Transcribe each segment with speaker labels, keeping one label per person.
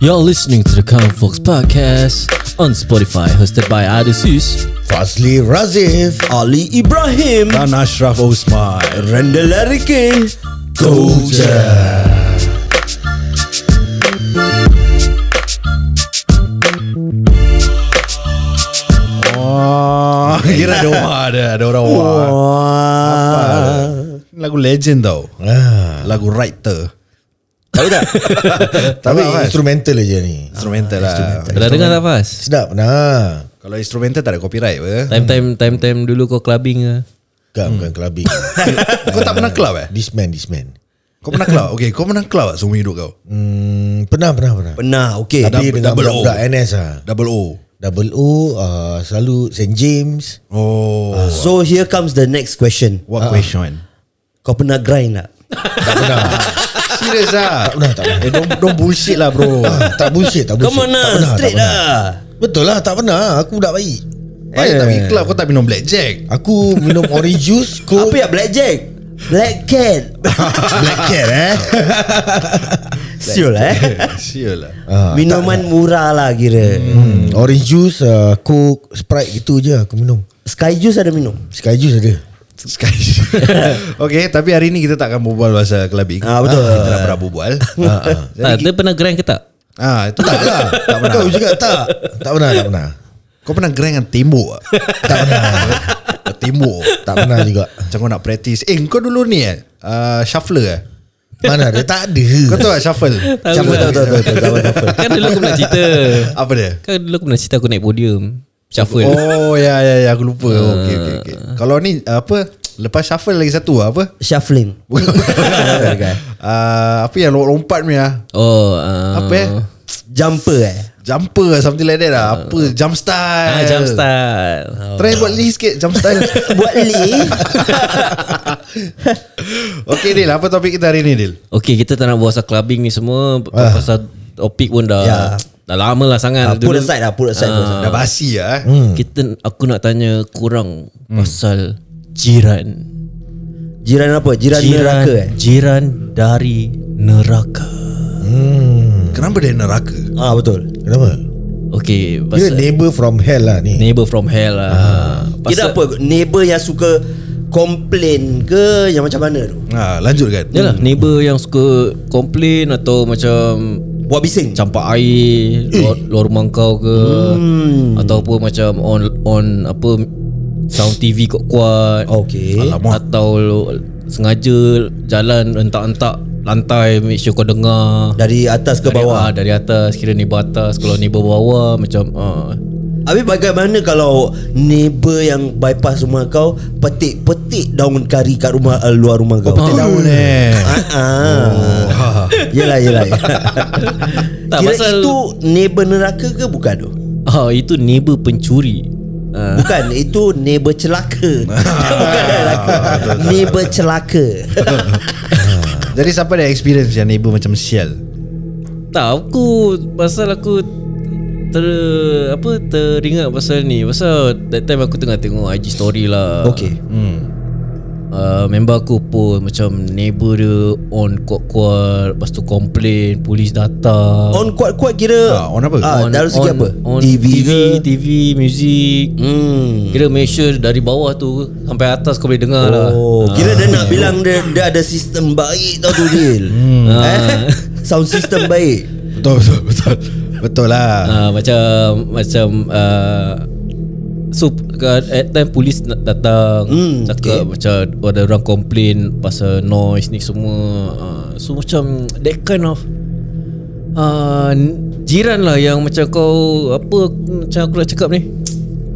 Speaker 1: You're listening to the Common Folks Podcast on Spotify, hosted by Adesus.
Speaker 2: Fazli Razif
Speaker 1: Ali Ibrahim.
Speaker 2: dan Ashraf Osman.
Speaker 1: Rendel Erke.
Speaker 2: Go je. Wah, Oh,
Speaker 3: Eh,
Speaker 2: Kira ada wah ada, ada orang wah. Lagu legend tau.
Speaker 3: Ah.
Speaker 2: Lagu writer.
Speaker 3: Tahu tak?
Speaker 2: Tapi
Speaker 3: Tapi instrumental je ni.
Speaker 2: instrumental lah.
Speaker 1: Dah dengar tak Fas?
Speaker 3: Sedap nah.
Speaker 2: Kalau instrumental tak ada copyright apa?
Speaker 1: Time time time time dulu kau clubbing ke?
Speaker 3: Bukan, bukan clubbing.
Speaker 2: Kau tak pernah club eh?
Speaker 3: this man, this man.
Speaker 2: Kau pernah club? Okay, kau pernah club tak seumur hidup kau?
Speaker 3: Hmm, pernah, pernah, pernah.
Speaker 4: Pernah, okey.
Speaker 3: Tapi
Speaker 2: Double-
Speaker 3: dengan
Speaker 2: double O.
Speaker 3: budak-budak NS lah.
Speaker 2: Double O.
Speaker 3: Double O, uh, selalu St. James.
Speaker 2: Oh.
Speaker 4: Ah. So here comes the next question.
Speaker 3: Ah.
Speaker 2: What question?
Speaker 4: Kau pernah grind tak?
Speaker 3: Tak pernah.
Speaker 2: Serius lah.
Speaker 3: tak pernah, tak pernah.
Speaker 2: Eh, don't, don't bullshit lah bro.
Speaker 3: Ah, tak bullshit, tak bullshit.
Speaker 4: Come on
Speaker 3: tak
Speaker 4: lah,
Speaker 3: pernah,
Speaker 4: straight
Speaker 3: tak pernah.
Speaker 4: lah.
Speaker 3: Betul lah, tak pernah. Aku budak baik.
Speaker 2: Baik tak pergi club kau tak minum blackjack.
Speaker 3: Aku minum orange juice, coke.
Speaker 4: Apa ya blackjack? Black cat.
Speaker 3: Black cat eh.
Speaker 4: Siul
Speaker 3: Ah,
Speaker 4: eh.
Speaker 2: Sial lah.
Speaker 4: Minuman murah lah kira.
Speaker 3: Hmm, orange juice, uh, coke, sprite gitu je aku minum.
Speaker 4: Sky juice ada minum.
Speaker 3: Sky juice ada.
Speaker 2: Sky. okay, tapi hari ni kita tak akan berbual pasal clubbing.
Speaker 4: Ah, betul.
Speaker 2: kita nak pernah berbual. ah, ah.
Speaker 1: Tak, dia pernah grind ke tak?
Speaker 2: ah, itu tak lah. Tak pernah.
Speaker 3: Kau cakap tak? Tak pernah, tak pernah.
Speaker 2: Kau pernah gerang dengan tembok tak? tak pernah. tembok.
Speaker 3: Tak pernah juga.
Speaker 2: Macam kau nak practice. Eh, kau dulu ni eh? Uh, shuffler eh?
Speaker 3: Mana ada? Tak ada.
Speaker 2: Kau tahu tak shuffle?
Speaker 4: Siapa tahu tahu tahu tahu tahu tahu.
Speaker 1: Kan dulu aku pernah cerita.
Speaker 2: Apa dia?
Speaker 1: Kan dulu aku pernah cerita aku naik podium. Shuffle.
Speaker 2: Oh, ya, ya, ya. Aku lupa. Okay, okay, okay. Kalau ni, apa? Lepas shuffle lagi satu apa?
Speaker 4: Shuffling.
Speaker 2: uh, apa yang lompat punya?
Speaker 1: Oh, uh,
Speaker 2: Apa eh?
Speaker 4: Jumper eh.
Speaker 2: Jumper something like that lah. Apa jump style.
Speaker 1: Ah, jump style.
Speaker 2: Try buat Lee sikit jump style.
Speaker 4: Buat li.
Speaker 2: okay Dil, apa topik kita hari ni Dil?
Speaker 1: Okay kita tak nak buat pasal clubbing ni semua ah. Pasal topik pun dah
Speaker 4: Ya.
Speaker 1: Dah lama lah sangat
Speaker 4: Ah, put aside lah, put aside, put aside.
Speaker 3: Ah.
Speaker 2: Dah basi lah eh.
Speaker 1: Kita aku nak tanya kurang hmm. Pasal jiran
Speaker 4: Jiran apa? Jiran, neraka eh.
Speaker 1: Jiran dari neraka
Speaker 2: Kenapa dia neraka?
Speaker 4: Ah betul.
Speaker 3: Kenapa?
Speaker 1: Okay
Speaker 3: Dia
Speaker 1: pasal
Speaker 3: neighbor from hell lah ni.
Speaker 1: Neighbor from hell lah ah.
Speaker 4: Kira apa? Neighbor yang suka complain ke yang macam mana tu?
Speaker 2: Ha, lanjut kan.
Speaker 1: Yalah neighbor yang suka complain Atau macam
Speaker 4: Buat bising.
Speaker 1: campak air luar, luar rumah kau ke hmm. ataupun macam on on apa sound TV kot kuat
Speaker 4: Okey.
Speaker 1: Alamak. atau lu- sengaja jalan hentak-hentak lantai make sure kau dengar
Speaker 4: Dari atas ke
Speaker 1: dari,
Speaker 4: bawah.
Speaker 1: ah, dari atas kira ni atas kalau ni bawah macam ah.
Speaker 4: Habis bagaimana kalau neighbor yang bypass rumah kau petik-petik daun kari kat rumah uh, luar rumah kau.
Speaker 2: Petik daun eh.
Speaker 4: Ah. ah. Yelah yelah.
Speaker 1: Tak,
Speaker 4: Tak, Kira
Speaker 1: pasal-
Speaker 4: itu neighbor neraka ke bukan tu?
Speaker 1: ah itu neighbor pencuri ah.
Speaker 4: Bukan, itu neighbor celaka. Ah, bukan neraka. neighbor celaka.
Speaker 2: Jadi siapa ada experience yang neighbor macam sial?
Speaker 1: tak aku pasal aku ter apa teringat pasal ni pasal that time aku tengah tengok IG story lah
Speaker 4: Okey.
Speaker 1: uh, member aku pun macam neighbor dia on kuat-kuat lepas tu complain polis datang
Speaker 4: On kuat-kuat kira
Speaker 2: Ah, on apa?
Speaker 4: Ah, dalam segi apa?
Speaker 1: on
Speaker 4: TV,
Speaker 1: TV TV,
Speaker 4: ke?
Speaker 1: TV music hmm. kira make sure dari bawah tu sampai atas kau boleh dengar lah
Speaker 4: Oh, kira dia nak bilang dia, dia ada sistem baik tau tu Dil. Hmm. Eh? Sound system baik.
Speaker 2: Betul, betul, betul. Betul lah.
Speaker 1: uh, macam macam uh, So kat- at time polis nak datang hmm, Cakap okay. macam ada orang complain Pasal noise ni semua uh, So macam that kind of uh, Jiran lah yang macam kau Apa aku- macam aku nak cakap ni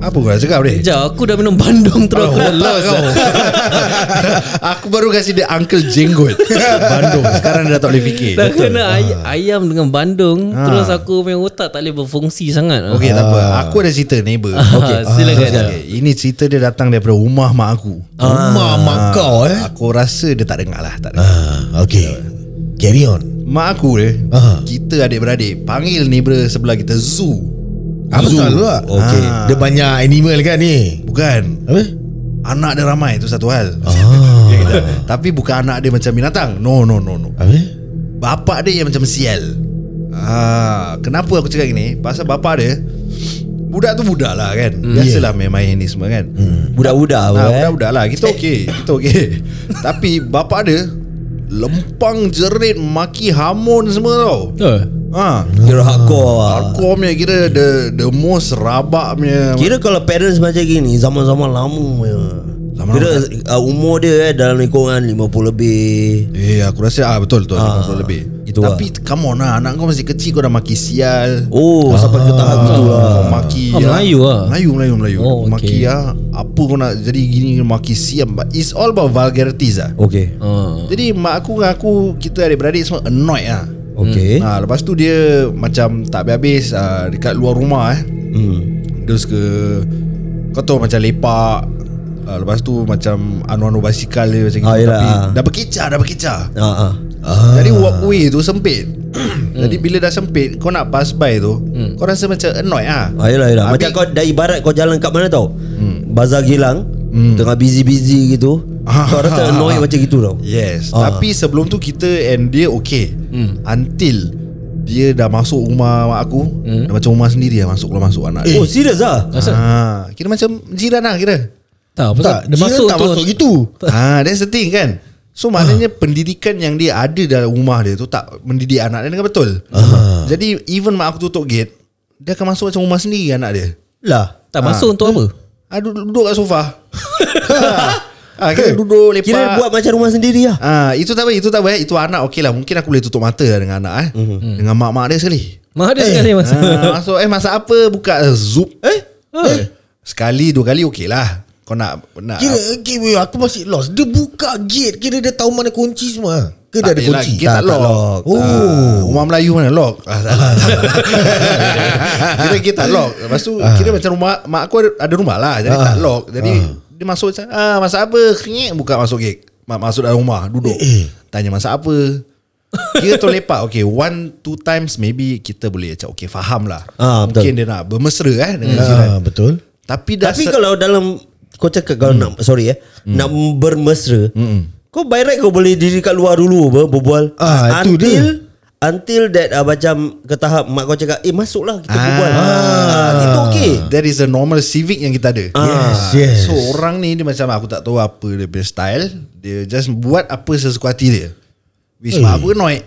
Speaker 2: Apa kau nak cakap ni?
Speaker 1: Sekejap aku dah minum bandung terus aku dah lost
Speaker 2: kau. Aku baru kasi dia Uncle Jenggot Bandung Sekarang dia dah tak boleh fikir
Speaker 1: Dah kena ay- ayam dengan bandung Terus aku punya otak tak boleh berfungsi sangat Ah.
Speaker 2: Okay
Speaker 3: Ah.
Speaker 2: tak apa Aku ada cerita neighbor
Speaker 1: Okay. Ah, Silakan. Ah.
Speaker 2: Terus, okay. Ini cerita dia datang daripada rumah mak aku Ah,
Speaker 3: Rumah
Speaker 4: Ah.
Speaker 3: mak kau eh.
Speaker 2: Aku rasa dia tak dengar lah tak dengar.
Speaker 3: Ah, okay. Carry on.
Speaker 2: Mak aku dia
Speaker 3: Aha.
Speaker 2: Kita adik-beradik Panggil neighbor sebelah kita Zoo
Speaker 3: Apa selalu lah?
Speaker 2: Okay.
Speaker 3: Dia banyak animal kan ni.
Speaker 2: Bukan
Speaker 3: Apa? Ah.
Speaker 2: Anak dia ramai Itu satu hal Tapi bukan anak dia macam binatang No no no no
Speaker 3: Apa?
Speaker 2: Bapak dia yang macam sial Ah, kenapa aku cakap gini? Pasal bapa dia budak tu budak lah kan.
Speaker 4: Hmm.
Speaker 2: Biasalah main-main ni semua kan.
Speaker 4: Budak-budak
Speaker 2: Ah,
Speaker 4: apa Ya. Hmm. eh?
Speaker 2: budak-budak lah Kita okey Kita okey Tapi bapa dia Lempang jerit Maki hamun semua tau
Speaker 1: Eh,
Speaker 2: Ha
Speaker 4: Kira hardcore lah.
Speaker 2: Hardcore punya kira The the most rabak punya
Speaker 4: Kira kalau parents macam gini Zaman-zaman lama ya.
Speaker 2: Zaman
Speaker 4: Kira uh, umur dia eh, dalam lingkungan 50 lebih
Speaker 2: Eh aku rasa ah, Betul betul
Speaker 4: Ah,
Speaker 2: ah, lebih
Speaker 4: itu lah.
Speaker 2: Tapi come on lah Anak kau masih kecil Kau dah maki sial
Speaker 4: Oh sampai ke tahap
Speaker 2: Kau
Speaker 4: gitu lah
Speaker 2: Ah. Maki ya.
Speaker 1: Ah, Melayu lah.
Speaker 2: Melayu Melayu Melayu
Speaker 1: Oh, okay.
Speaker 2: Maki lah Apa kau nak jadi gini Maki sial But It's all about vulgarities lah
Speaker 4: Okay
Speaker 1: ah.
Speaker 2: Jadi mak aku dengan aku Kita adik-beradik semua annoyed lah
Speaker 4: Okay
Speaker 2: Eh? Ha, lepas tu dia macam tak habis-habis ha, dekat luar rumah eh.
Speaker 4: hmm.
Speaker 2: Dia suka kau tahu macam lepak. Ha, lepas tu macam anu-anu basikal dia macam
Speaker 4: Ah, yelah.
Speaker 2: dah berkicau, dah berkicau.
Speaker 4: Ah, ah. Hmm.
Speaker 2: Ah. Jadi walkway tu sempit. Jadi bila dah sempit kau nak pass by tu, kau rasa macam annoyed ah.
Speaker 4: Ah, yelah, yelah.
Speaker 2: Habis-
Speaker 4: Macam kau dari barat kau jalan kat mana tau hmm. Bazar Gilang
Speaker 3: Hmm.
Speaker 4: Tengah busy-busy gitu
Speaker 3: Ah.
Speaker 4: Kau rasa annoyed macam gitu tau
Speaker 2: Yes,
Speaker 4: Ah.
Speaker 2: tapi sebelum tu kita and dia okay. Until dia dah masuk rumah mak aku, dah macam rumah sendiri lah masuk keluar masuk anak.
Speaker 3: Eh.
Speaker 2: dia.
Speaker 4: Oh serius lah
Speaker 1: Asal
Speaker 2: Ha, kira macam jiran lah kira.
Speaker 1: tak pasal
Speaker 3: Tak, dia masuk tak masuk gitu.
Speaker 2: Ah, that's the thing kan. So maknanya pendidikan yang dia ada dalam rumah dia tu tak mendidik anak dia dengan betul. Jadi even mak aku tutup gate, dia akan masuk macam rumah sendiri anak dia.
Speaker 4: Lah
Speaker 1: tak masuk untuk apa?
Speaker 2: Ah, duduk, duduk kat sofa. ah, kita duduk
Speaker 3: Eh,
Speaker 2: lepak.
Speaker 4: Kira buat macam rumah sendiri lah
Speaker 2: Ah, itu tak apa, itu tak apa. eh. Itu anak okey lah. Mungkin aku boleh tutup mata lah dengan anak eh. Dengan mak-mak dia sekali.
Speaker 1: Mahal Hmm. dia sekali masuk.
Speaker 2: Ah, masuk eh masak apa buka zup. Eh? eh. Sekali dua kali okey lah. Kau nak nak
Speaker 3: Kira okay, weh, aku masih lost. Dia buka gate. Kira dia tahu mana kunci semua. Ke dia
Speaker 2: Tak
Speaker 3: ada
Speaker 2: yelah,
Speaker 3: kunci?
Speaker 2: Kita tak, lock.
Speaker 3: Oh.
Speaker 2: Ah, rumah Melayu mana lock? Ah, tak lah. kita kita tak lock. Lepas tu kira macam rumah mak aku ada, ada rumah lah. Jadi tak lock. Jadi dia masuk macam ah masak apa? Kenyek buka masuk gig. Ma- Masuk dalam rumah duduk. Tanya masak apa? Kira tu lepak Okay one Two times maybe Kita boleh macam Okay faham lah
Speaker 4: Ah, betul.
Speaker 2: Mungkin dia nak bermesra eh Dengan jiran
Speaker 3: Ah, betul.
Speaker 2: Tapi dah
Speaker 4: Tapi
Speaker 2: se-
Speaker 4: kalau dalam Kau cakap kalau
Speaker 3: Hmm.
Speaker 4: nak Sorry eh Nak bermesra Kau by right kau boleh diri kat luar dulu apa Berbual
Speaker 3: Ah, itu dia.
Speaker 4: Until that uh, Macam ke tahap Mak kau cakap Eh masuklah kita
Speaker 2: Ah.
Speaker 4: berbual ah, Itu okay
Speaker 3: Hmm.
Speaker 2: That is the normal civic yang kita
Speaker 3: Yes,
Speaker 2: ada
Speaker 3: Ah. yes.
Speaker 2: So orang ni dia macam aku tak tahu apa dia punya style. Dia just buat apa sesuka hati dia. Which
Speaker 3: Eh.
Speaker 2: hey. aku annoyed.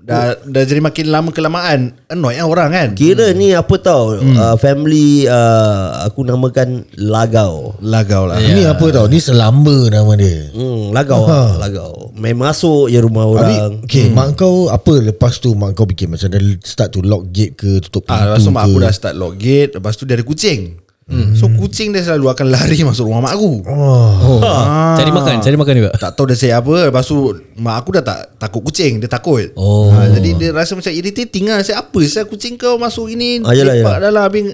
Speaker 2: Dah, dah jadi makin lama kelamaan annoyed lah orang kan.
Speaker 4: Kira ni apa tau
Speaker 3: Hmm.
Speaker 4: uh, Family uh, Aku namakan Lagau
Speaker 2: Lagau lah.
Speaker 3: Ini apa tau? Ah, Ni selamba nama dia.
Speaker 4: Hmm, lagau lah, lagau. Main masuk je rumah orang.
Speaker 3: Abi, okay, hmm. mak kau apa lepas tu mak kau fikir macam dah start to lock gate ke tutup pintu
Speaker 2: Ah, lepas tu mak aku
Speaker 3: ke?
Speaker 2: dah start lock gate. Lepas tu dia ada kucing. Hmm. So kucing dia selalu akan lari masuk rumah mak aku.
Speaker 1: Oh. Cari makan, cari makan juga.
Speaker 2: Tak tahu dia say apa Lepas tu Mak aku dah tak takut kucing Dia takut
Speaker 1: Oh.
Speaker 2: ha, Jadi dia rasa macam irritating lah Saya apa saya kucing kau masuk gini
Speaker 4: Ah, yalah,
Speaker 2: lepak
Speaker 4: yalah.
Speaker 2: dah lah Habis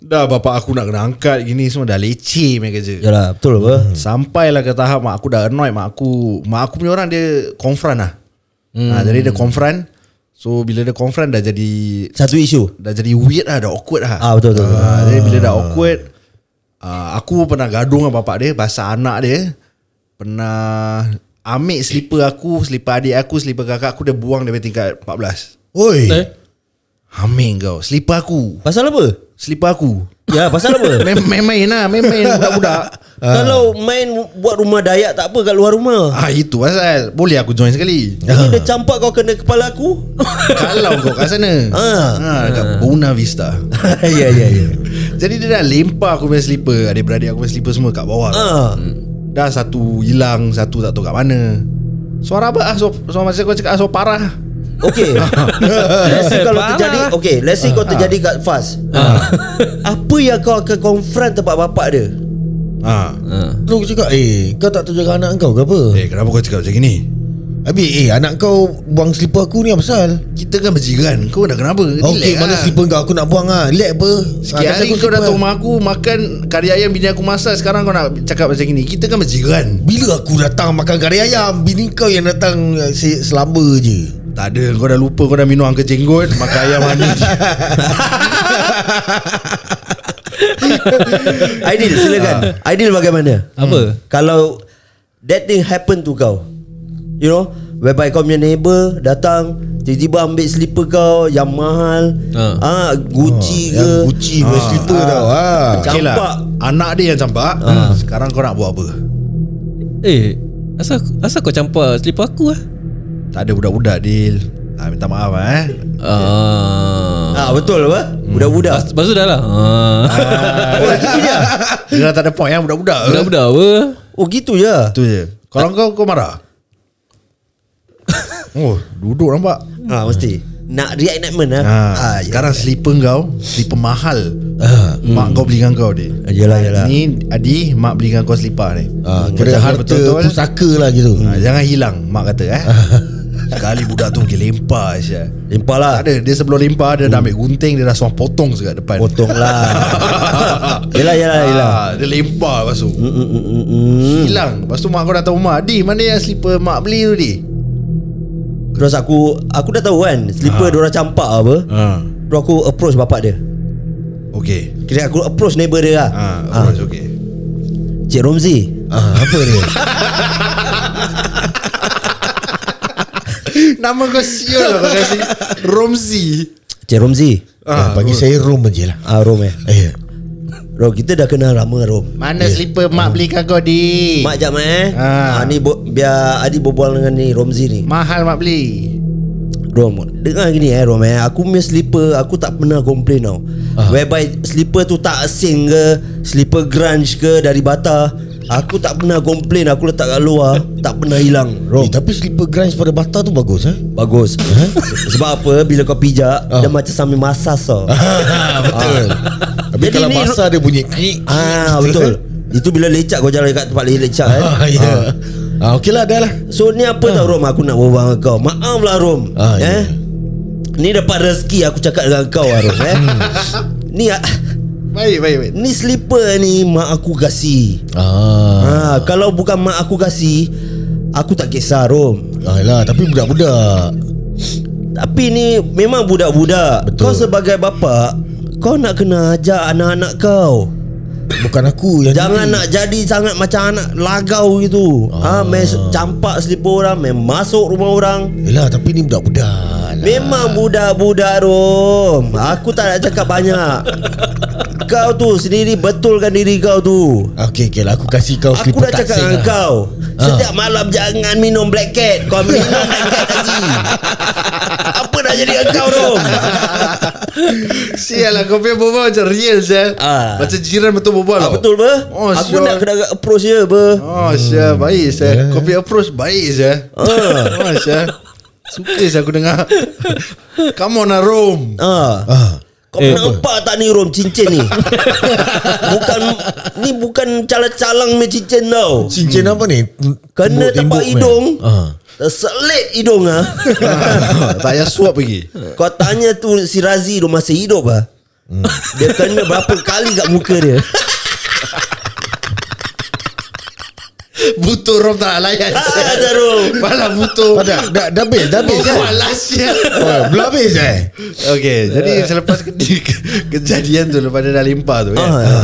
Speaker 2: Dah bapak aku nak kena angkat Gini semua dah leceh main kerja
Speaker 4: Yalah, betul apa?
Speaker 3: Hmm.
Speaker 2: Sampailah ke tahap mak aku dah annoyed mak aku mak aku punya orang dia confront lah. Hmm. Ha, jadi dia confront. So bila dia confront dah jadi
Speaker 4: Satu isu.
Speaker 2: dah jadi weird lah, dah awkward lah.
Speaker 4: Ah, betul, betul, betul.
Speaker 2: Ha, jadi bila dah awkward uh, aku pernah gaduh dengan bapak dia pasal anak dia pernah ambil slipper aku, slipper adik aku, slipper kakak aku dia buang dari tingkat 14.
Speaker 3: Oi.
Speaker 1: Eh?
Speaker 2: Ambil kau, slipper aku,
Speaker 4: Pasal apa?
Speaker 2: slipper aku.
Speaker 4: Ya, pasal apa?
Speaker 2: Main- Main-main lah, main-main budak-budak.
Speaker 3: Ah.
Speaker 4: Kalau main buat rumah dayak tak apa kat luar rumah.
Speaker 2: Ah itu pasal Boleh aku join sekali
Speaker 4: Jadi
Speaker 3: Ah.
Speaker 4: dia campak kau kena kepala aku.
Speaker 2: Kalau kau kat sana ha. ha dekat Buena Vista
Speaker 4: ya, ya, ya.
Speaker 2: Jadi dia dah lempar aku punya slipper Adik-beradik aku punya slipper semua kat bawah
Speaker 4: Ah.
Speaker 2: Dah satu hilang Satu tak tahu kat mana Suara apa ah? Suara, suara macam kau cakap ah, Suara parah
Speaker 4: Okay Let's say kalau
Speaker 1: Parah.
Speaker 4: terjadi Okay let's say
Speaker 3: Ah.
Speaker 4: kau terjadi kat Faz Apa yang kau akan confront tempat bapak dia
Speaker 2: ha.
Speaker 3: Terus aku cakap Eh kau tak terjaga anak kau ke apa
Speaker 2: Eh kenapa kau cakap macam ni
Speaker 3: Habis eh anak kau Buang slipper aku ni apa pasal
Speaker 2: Kita kan berjiran Kau dah kenapa
Speaker 3: Okey
Speaker 2: Relax
Speaker 3: mana
Speaker 2: lah.
Speaker 3: slipper kau Aku nak buang ah. Relax apa
Speaker 2: Sikit
Speaker 3: Ah, kasih aku
Speaker 2: hari kau
Speaker 3: slipper.
Speaker 2: datang rumah aku Makan kari ayam bini aku masak Sekarang kau nak cakap macam ni Kita kan berjiran
Speaker 3: Bila aku datang makan kari ayam Bini kau yang datang eh, se- Selamba je
Speaker 2: Tak ada Kau dah lupa Kau dah minum angka jenggot Makan ayam manis
Speaker 4: Aidil
Speaker 3: Ah.
Speaker 4: silakan
Speaker 1: Hmm.
Speaker 4: Aidil bagaimana
Speaker 1: Apa?
Speaker 4: Kalau That thing happen to kau You know Whereby kau punya neighbor Datang Tiba-tiba ambil slipper kau Yang mahal
Speaker 1: Ah.
Speaker 4: ah, Gucci
Speaker 3: Yang
Speaker 4: ke
Speaker 3: Gucci ah, Slipper ah, tau ah.
Speaker 2: Okay
Speaker 4: Campak.
Speaker 2: lah Anak dia yang campak Ah, Sekarang kau nak buat apa
Speaker 1: Eh Asal, asal kau campak Selipar aku lah
Speaker 2: Tak ada budak-budak Dil ah, Minta maaf eh
Speaker 1: Ah.
Speaker 4: ah, Betul apa
Speaker 3: Hmm.
Speaker 4: Budak-budak
Speaker 1: Lepas, lepas tu dah lah ah.
Speaker 2: Oh gitu je Dia dah tak ada point eh Budak-budak
Speaker 1: Budak-budak apa
Speaker 4: Oh gitu je
Speaker 2: Itu je Kalau kau kau marah Oh duduk nampak
Speaker 4: ah, Mesti Nak react nak men ah.
Speaker 2: ha,
Speaker 4: Ah, ya.
Speaker 2: Sekarang slipper kau Slipper mahal Mak kau belikan kau dia
Speaker 4: Yelah, yelah.
Speaker 2: Ni Adi Mak belikan kau slipper ni
Speaker 3: Ah, kira
Speaker 2: Macam
Speaker 3: harta pusaka lah gitu.
Speaker 2: ha, Jangan hilang Mak kata eh Sekali budak tu pergi lempar Aisyah
Speaker 4: Lempar lah
Speaker 2: Tak ada Dia sebelum lempar Dia dah ambil gunting Dia dah suang potong dekat depan
Speaker 4: Potong lah Yelah yelah yelah
Speaker 2: Ah, Dia lempar lepas tu
Speaker 4: Mm, mm, mm, mm.
Speaker 2: Hilang Lepas tu mak kau datang rumah Di mana yang slipper mak beli tu di
Speaker 4: Terus aku Aku dah tahu kan Slipper ha. diorang campak apa ha.
Speaker 2: ha.
Speaker 4: Terus aku approach bapak dia
Speaker 2: Okay
Speaker 4: Kira aku approach neighbor dia lah
Speaker 2: ha,
Speaker 4: ha.
Speaker 2: ha. okay
Speaker 4: Cik Romzi
Speaker 3: Ah, apa dia?
Speaker 2: Nama kau sial lah kau kasi Romzi
Speaker 4: Cik Romzi
Speaker 3: ah, bagi saya room aje lah.
Speaker 4: Ah Rom eh
Speaker 3: Eh,
Speaker 4: Rom kita dah kenal lama Rom
Speaker 2: Mana slipper mak beli kau di
Speaker 4: Mak jap eh
Speaker 2: Ah.
Speaker 4: ha. ni bo- Biar Adi berbual dengan ni Romzi ni
Speaker 2: Mahal mak beli
Speaker 4: Rom Dengar gini eh Rom eh Aku punya slipper Aku tak pernah complain tau
Speaker 3: Ah.
Speaker 4: Whereby slipper tu tak asing ke Slipper grunge ke Dari bata Aku tak pernah complain Aku letak kat luar Tak pernah hilang Rom
Speaker 3: eh, tapi slipper grunge pada bata tu bagus eh.
Speaker 4: Bagus Sebab apa Bila kau pijak
Speaker 3: Ah.
Speaker 4: Dia macam sambil masas tau
Speaker 3: Betul. Ah. Tapi
Speaker 4: Ah, Jadi
Speaker 3: kalau
Speaker 4: ni-
Speaker 3: masa dia bunyi krik. eh?
Speaker 4: Ah betul Itu bila lecak kau jalan kat tempat lecak kan
Speaker 3: Ah, ya. Ah, okey lah dah lah.
Speaker 4: So ni apa tau Rom Aku nak berbual dengan kau Maaf lah Rom
Speaker 3: Ah, ya.
Speaker 4: Eh Ni dapat rezeki aku cakap dengan kau lah Rom eh
Speaker 3: Hmm.
Speaker 4: Ni ah,
Speaker 2: Baik baik baik
Speaker 4: Ni slipper ni mak aku kasih
Speaker 3: Ah.
Speaker 4: ha, Kalau bukan mak aku kasih Aku tak kisah Rom
Speaker 3: Ah, lah, tapi budak-budak.
Speaker 4: Tapi ni memang budak-budak
Speaker 3: Betul.
Speaker 4: Kau sebagai bapa Kau nak kena ajar anak-anak kau
Speaker 3: Bukan aku yang
Speaker 4: Jangan
Speaker 3: ni.
Speaker 4: nak jadi sangat macam anak lagau gitu. Ah, ha, main campak selipar orang, main masuk rumah orang.
Speaker 3: Yelah tapi ni budak-budak lah.
Speaker 4: Memang budak-budak Rom. Aku tak nak cakap banyak. kau tu sendiri betulkan diri kau tu.
Speaker 3: Okey okey lah aku kasih kau
Speaker 4: Aku
Speaker 3: slipper
Speaker 4: dah cakap
Speaker 3: taksir
Speaker 4: dengan
Speaker 3: lah.
Speaker 4: kau Setiap malam jangan minum black cat Kau minum black cat lagi Apa dah jadi dengan kau Rom
Speaker 2: Sial lah kau punya berbual macam real sial
Speaker 4: Ah.
Speaker 2: Macam jiran betul berbual
Speaker 4: ah,
Speaker 2: tau.
Speaker 4: Betul ber
Speaker 2: Oh,
Speaker 4: Aku
Speaker 2: sial.
Speaker 4: nak kena approach dia ber
Speaker 2: Oh Syah baik Syah yeah. Kau punya approach baik Syah Oh Syah Suka Syah aku dengar Come on lah Rom
Speaker 4: ah.
Speaker 3: Ah.
Speaker 4: Kau eh, pernah empat tak ni Rom cincin ni Bukan Ni bukan calang-calang punya cincin tau
Speaker 3: Cincin apa ni?
Speaker 4: Hmm. Kena
Speaker 3: Tembok-
Speaker 4: tapak
Speaker 3: tembok ni.
Speaker 4: hidung
Speaker 3: Ah.
Speaker 4: Selit hidung ah.
Speaker 2: Ah, Tak payah suap lagi
Speaker 4: Kau tanya tu si Razi tu masih hidup ah. Dia kena berapa kali kat muka dia
Speaker 2: Butuh Rom tak layan Syah.
Speaker 4: Ah Rom
Speaker 2: Malah butuh
Speaker 3: Ah, dah dah dah habis, dah habis. eh?
Speaker 2: Malah Syah Ah.
Speaker 3: Ah, Belum habis eh.
Speaker 2: Okay Jadi selepas ke- kejadian tu Lepas dia dah limpah tu kan
Speaker 4: Ah, ya.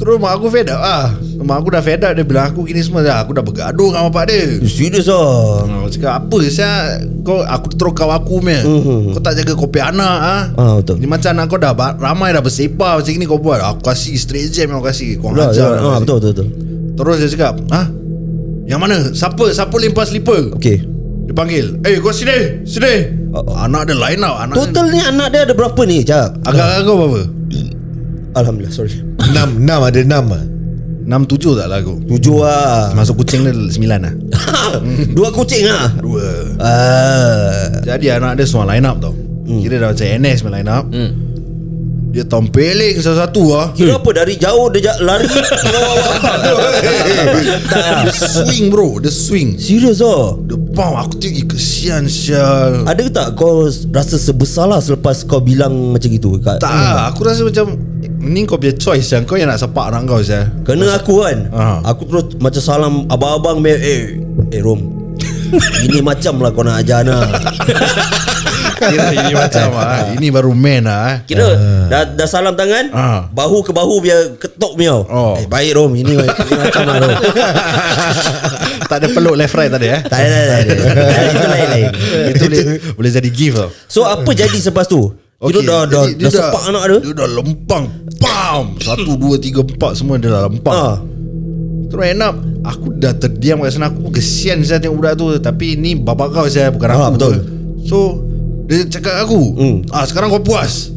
Speaker 2: Terus mak aku fed up lah Mak aku dah fed up Dia bilang aku gini semua dah Aku dah bergaduh dengan bapak dia
Speaker 4: Eh, Serius ah.
Speaker 2: Aku cakap apa Syah Kau aku terus kau aku punya Kau tak jaga kopi anak ah.
Speaker 4: Mhm. Ah, betul.
Speaker 2: Ni macam anak kau dah ba- ramai dah bersepah macam ni kau buat. Aku kasih straight jam yang aku kasih. Kau
Speaker 4: Dah,
Speaker 2: hajar. aku
Speaker 4: dah. Ah,
Speaker 2: kasih.
Speaker 4: betul betul betul.
Speaker 2: Terus dia cakap, "Ha? Yang mana? Siapa? Siapa lempar slipper?"
Speaker 4: Okey.
Speaker 2: Dia panggil, "Eh, kau sini. Sini."
Speaker 4: Oh, oh.
Speaker 2: Anak dia lain tau. Anak
Speaker 4: Total ni anak dia ada berapa ni? Cak.
Speaker 2: dia, agak-agak kau berapa?
Speaker 4: Alhamdulillah, sorry.
Speaker 3: 6 6 ada 6 ah.
Speaker 2: 6 7 tak lah aku.
Speaker 4: Tujuh ah.
Speaker 2: Masuk kucing dia 9 lah.
Speaker 4: Dua kucing ah.
Speaker 2: Dua.
Speaker 4: Ah.
Speaker 2: Jadi anak dia semua line up tau hmm. Kira dah macam NS main line up hmm. Dia tompelik satu-satu lah
Speaker 4: Kira apa dari jauh dia ja- lari.
Speaker 2: Dia swing bro Dia swing
Speaker 4: Serius ah.
Speaker 2: Dia pound Aku tinggi kesian sial
Speaker 4: Ada ke tak kau rasa sebersalah selepas kau bilang macam gitu kat
Speaker 2: Tak lah Aku rasa macam Ni kau punya choice sial Kau yang nak sepak anak kau sial
Speaker 4: Kena aku kan
Speaker 2: Ah.
Speaker 4: Aku terus macam salam abang-abang punya, Eh Eh Rom Ini macam lah kau nak ajar anak
Speaker 2: Kira ini macam ah, Ini baru man lah eh.
Speaker 4: Kira dah, dah salam tangan
Speaker 2: Ah.
Speaker 4: Bahu ke bahu biar ketuk miau
Speaker 2: Oh.
Speaker 4: eh, Baik Rom Ini, ini macam lah Rom
Speaker 2: Tak ada peluk left right tadi eh
Speaker 4: Tak ada tak ada, tak ada. Itu lain-lain
Speaker 2: Itu boleh, boleh jadi gift tau
Speaker 4: So apa jadi selepas tu okay. Kira dah, dah,
Speaker 2: jadi
Speaker 4: dah, dah sepak anak dia
Speaker 2: Dia dah lempang Pam Satu, dua, tiga, empat Semua dia dah lempang
Speaker 4: Ah.
Speaker 2: Terus end up Aku dah terdiam kat sana Aku pun kesian saya tengok budak tu Tapi ni bapak kau saya Bukan
Speaker 4: Ah,
Speaker 2: aku
Speaker 4: betul.
Speaker 2: So Dia cakap aku
Speaker 4: Hmm.
Speaker 2: ah Sekarang kau puas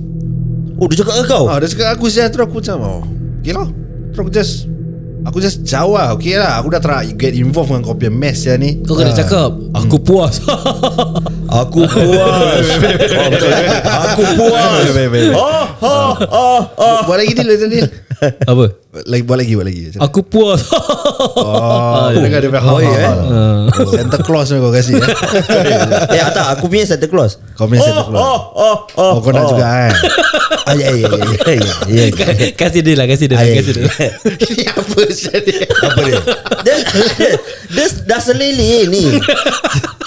Speaker 4: Oh dia cakap dengan kau
Speaker 2: ah, Dia cakap aku saya Terus aku macam oh, Okay lah Terus aku just Aku just jawab Okay lah Aku dah try get involved Dengan kopi mess saya ni
Speaker 1: Kau
Speaker 4: Ah.
Speaker 1: kena cakap Ah. Aku puas
Speaker 4: Aku puas oh, betul. Aku puas
Speaker 2: Baik, baik, baik.
Speaker 4: Oh, oh, oh, oh.
Speaker 2: Buat lagi dia dia- dia-
Speaker 1: Apa?
Speaker 2: Lagi buat lagi buat lagi. Macam-
Speaker 1: Aku puas Ah,
Speaker 2: Oh, dia kan dia punya
Speaker 4: Oh,
Speaker 2: hal-hal.
Speaker 4: ya, eh?
Speaker 2: Oh, Santa Claus ni kau kasi. eh?
Speaker 4: Eh tak aku punya Santa Claus
Speaker 2: Kau punya Santa Claus.
Speaker 4: Oh, oh, oh,
Speaker 2: Oh, kau nak juga kan.
Speaker 4: Ah, Ya ya ya ya, ya, ya.
Speaker 1: Kasih dia lah Kasih dia lah
Speaker 4: Ay,
Speaker 1: Kasih dia
Speaker 2: Ini apa saya ni?
Speaker 4: Apa dia? Dia, dia, dia dah selili ni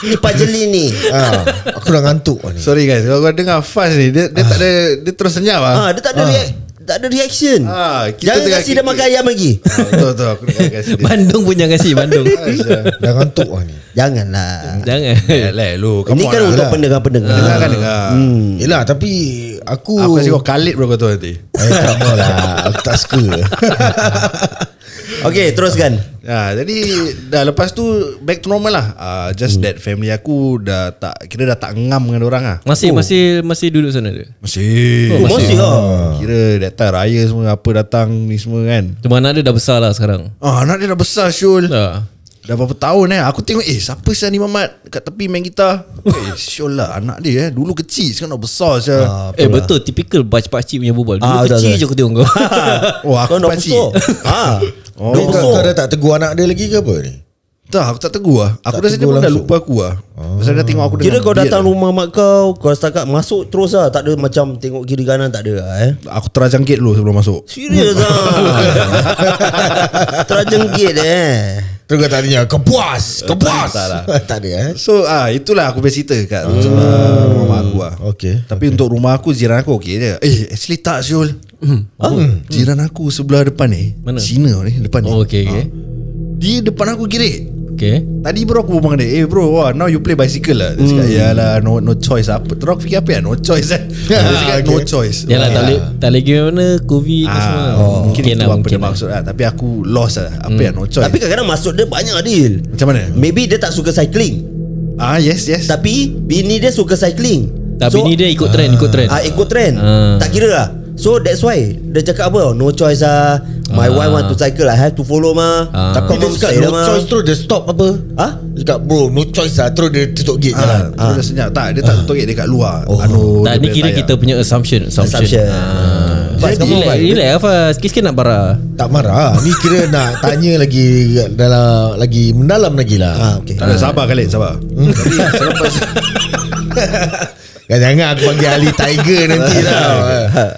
Speaker 4: Ni pajeli ni
Speaker 3: Ah, aku dah ngantuk lah ni.
Speaker 2: Sorry guys, kalau kau dengar fast ni, dia, dia tak ada dia terus senyap ah.
Speaker 4: ha, Dia tak ada react tak ada reaction
Speaker 2: Ah, kita
Speaker 4: Jangan
Speaker 2: tengah
Speaker 4: kasi dia
Speaker 2: kita-
Speaker 4: makan ayam lagi
Speaker 2: Ah, Betul betul aku nak kasi dia. Ah,
Speaker 1: Bandung punya kasih Bandung
Speaker 2: Aisyah.
Speaker 3: Dah ngantuk lah ni.
Speaker 4: Janganlah
Speaker 1: Jangan
Speaker 2: Eh, Leh lu,
Speaker 4: Ini
Speaker 2: come on.
Speaker 4: kan
Speaker 2: lah.
Speaker 4: untuk
Speaker 3: lah.
Speaker 4: pendengar-pendengar
Speaker 2: Dengar kan dengar.
Speaker 3: Yelah tapi aku
Speaker 2: Aku kasi kau kalit bro kau tu nanti.
Speaker 3: Eh tak mau lah Aku tak suka
Speaker 4: Okay teruskan
Speaker 2: Ha, jadi dah lepas tu back to normal lah. Ah, just that family aku dah tak kira dah tak ngam dengan orang ah.
Speaker 1: Masih masih masih duduk sana dia
Speaker 2: Masih.
Speaker 4: Oh, masih
Speaker 2: ah.
Speaker 4: lah
Speaker 2: Kira that time raya semua apa datang ni semua kan.
Speaker 1: Cuma anak dia dah besar lah sekarang Ah.
Speaker 2: Ah, anak dia dah besar Syul.
Speaker 1: Dah
Speaker 2: Dah berapa tahun eh Aku tengok Eh siapa siapa ni Mamat Kat tepi main gitar Eh syol lah Anak dia eh Dulu kecil Sekarang dah besar siapa uh,
Speaker 1: Eh betul Typical pakcik-pakcik punya berbual Dulu
Speaker 4: Ah, betul,
Speaker 1: kecil
Speaker 4: betul.
Speaker 1: je aku tengok kau
Speaker 2: Oh aku
Speaker 4: Kau nak
Speaker 2: pakcik
Speaker 4: besar Ha
Speaker 2: Oh.
Speaker 3: Kau- kau, kau dah tak tegur anak dia lagi ke apa ni
Speaker 2: Tak aku tak tegur lah Aku
Speaker 3: Tak
Speaker 2: rasa dia
Speaker 3: tegur
Speaker 2: pun dah
Speaker 3: langsung.
Speaker 2: lupa aku lah Pasal dia tengok aku dengan
Speaker 4: Kira kau
Speaker 2: beard
Speaker 4: datang
Speaker 2: lah.
Speaker 4: rumah mak kau Kau setakat masuk terus lah Tak ada macam tengok kiri kanan Tak ada lah eh
Speaker 2: Aku terajangkit dulu sebelum masuk
Speaker 4: Serius lah Terjengkit eh
Speaker 3: Terus kau tak tanya Kau puas Kau puas
Speaker 2: tak lah.
Speaker 3: Tak ada eh
Speaker 2: So ah itulah aku punya cerita kat ah. rumah mak aku lah
Speaker 3: Okay.
Speaker 2: Tapi untuk rumah aku jiran aku okey je Eh actually tak Syul Ah, Jiran aku sebelah depan ni
Speaker 1: Mana?
Speaker 2: Cina ni depan ni
Speaker 1: Oh okay okay
Speaker 2: Dia depan aku girik
Speaker 1: Okay
Speaker 2: Tadi bro aku berbual dengan dia Eh bro wah, Now you play bicycle lah Dia cakap Yalah no, no choice apa Terus aku fikir apa ya No choice eh Dia cakap no choice
Speaker 1: Yalah lah, tak
Speaker 2: Okay
Speaker 1: boleh Tak boleh pergi mana Covid ni semua
Speaker 2: Ah, oh, mungkin
Speaker 1: Mungkin lah
Speaker 2: itu apa
Speaker 1: mungkin
Speaker 2: dia
Speaker 1: lah
Speaker 2: maksud lah. Tapi aku lost lah Apa ya no choice
Speaker 4: Tapi kadang-kadang masuk dia banyak deal
Speaker 2: Macam mana?
Speaker 4: Maybe dia tak suka cycling
Speaker 2: Ah yes yes
Speaker 4: Tapi bini dia suka cycling
Speaker 1: Tapi ni dia ikut trend Ikut trend
Speaker 4: ah, Ikut trend
Speaker 1: Ah.
Speaker 4: Tak kira lah So that's why Dia cakap apa No choice lah
Speaker 1: Ah.
Speaker 4: My wife want to cycle I have to follow mah
Speaker 1: Ah.
Speaker 3: Tapi dia
Speaker 4: Kau
Speaker 3: cakap
Speaker 4: say
Speaker 3: no
Speaker 4: lah, ma.
Speaker 3: choice Terus dia stop apa
Speaker 4: Ha?
Speaker 3: Dia cakap bro no choice lah Terus dia tutup gate jalan
Speaker 2: Ah, ah. Dia dah senyap Tak dia tak tutup gate dekat luar oh. Anu
Speaker 1: Tak
Speaker 2: dia
Speaker 1: ni
Speaker 2: punya
Speaker 1: kira
Speaker 2: tayar.
Speaker 1: kita punya assumption
Speaker 4: Assumption
Speaker 1: Assumption Ah.
Speaker 4: Faz,
Speaker 1: Jadi
Speaker 4: kamu
Speaker 1: relax
Speaker 4: apa?
Speaker 1: Relax Faz Sikit-sikit nak barah
Speaker 3: Tak marah lah. Ni kira nak tanya lagi dalam Lagi mendalam lagi lah
Speaker 4: Ah, okay.
Speaker 2: Tak ada sabar kali Sabar Tapi selepas
Speaker 3: Jangan aku panggil Ali Tiger nanti lah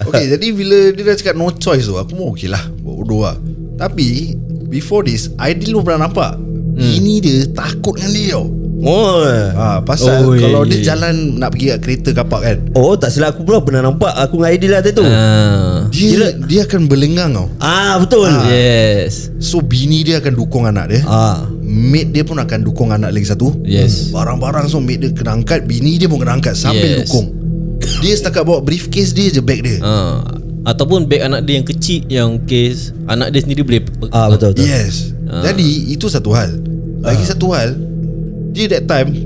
Speaker 2: Okay jadi bila Dia dah cakap no choice tu Aku mau okay lah Bodoh lah Tapi Before this Aidil pun pernah nampak Ini dia takut dengan dia tau
Speaker 4: Oh
Speaker 2: Ah, pasal
Speaker 1: Oi.
Speaker 2: kalau dia jalan nak pergi kat kereta kapak kan.
Speaker 4: Oh tak silap aku pula Pernah nampak Aku dengan Aidil lah tadi tu
Speaker 1: Ah.
Speaker 2: Dia dia akan berlengang tau.
Speaker 4: Ah betul
Speaker 1: Yes
Speaker 2: So bini dia akan dukung anak dia.
Speaker 4: Ah.
Speaker 2: Mate dia pun akan dukung anak lagi satu.
Speaker 1: Yes
Speaker 2: Barang-barang so mate dia kena angkat, bini dia pun kena angkat sambil
Speaker 1: Yes.
Speaker 2: dukung. Dia setakat bawa briefcase dia je bag dia.
Speaker 1: Ah. Ataupun beg anak dia yang kecil Yang case Anak dia sendiri boleh
Speaker 4: Ah betul betul.
Speaker 2: Yes.
Speaker 1: Ah.
Speaker 2: Jadi itu satu hal. Lagi satu hal, dia that time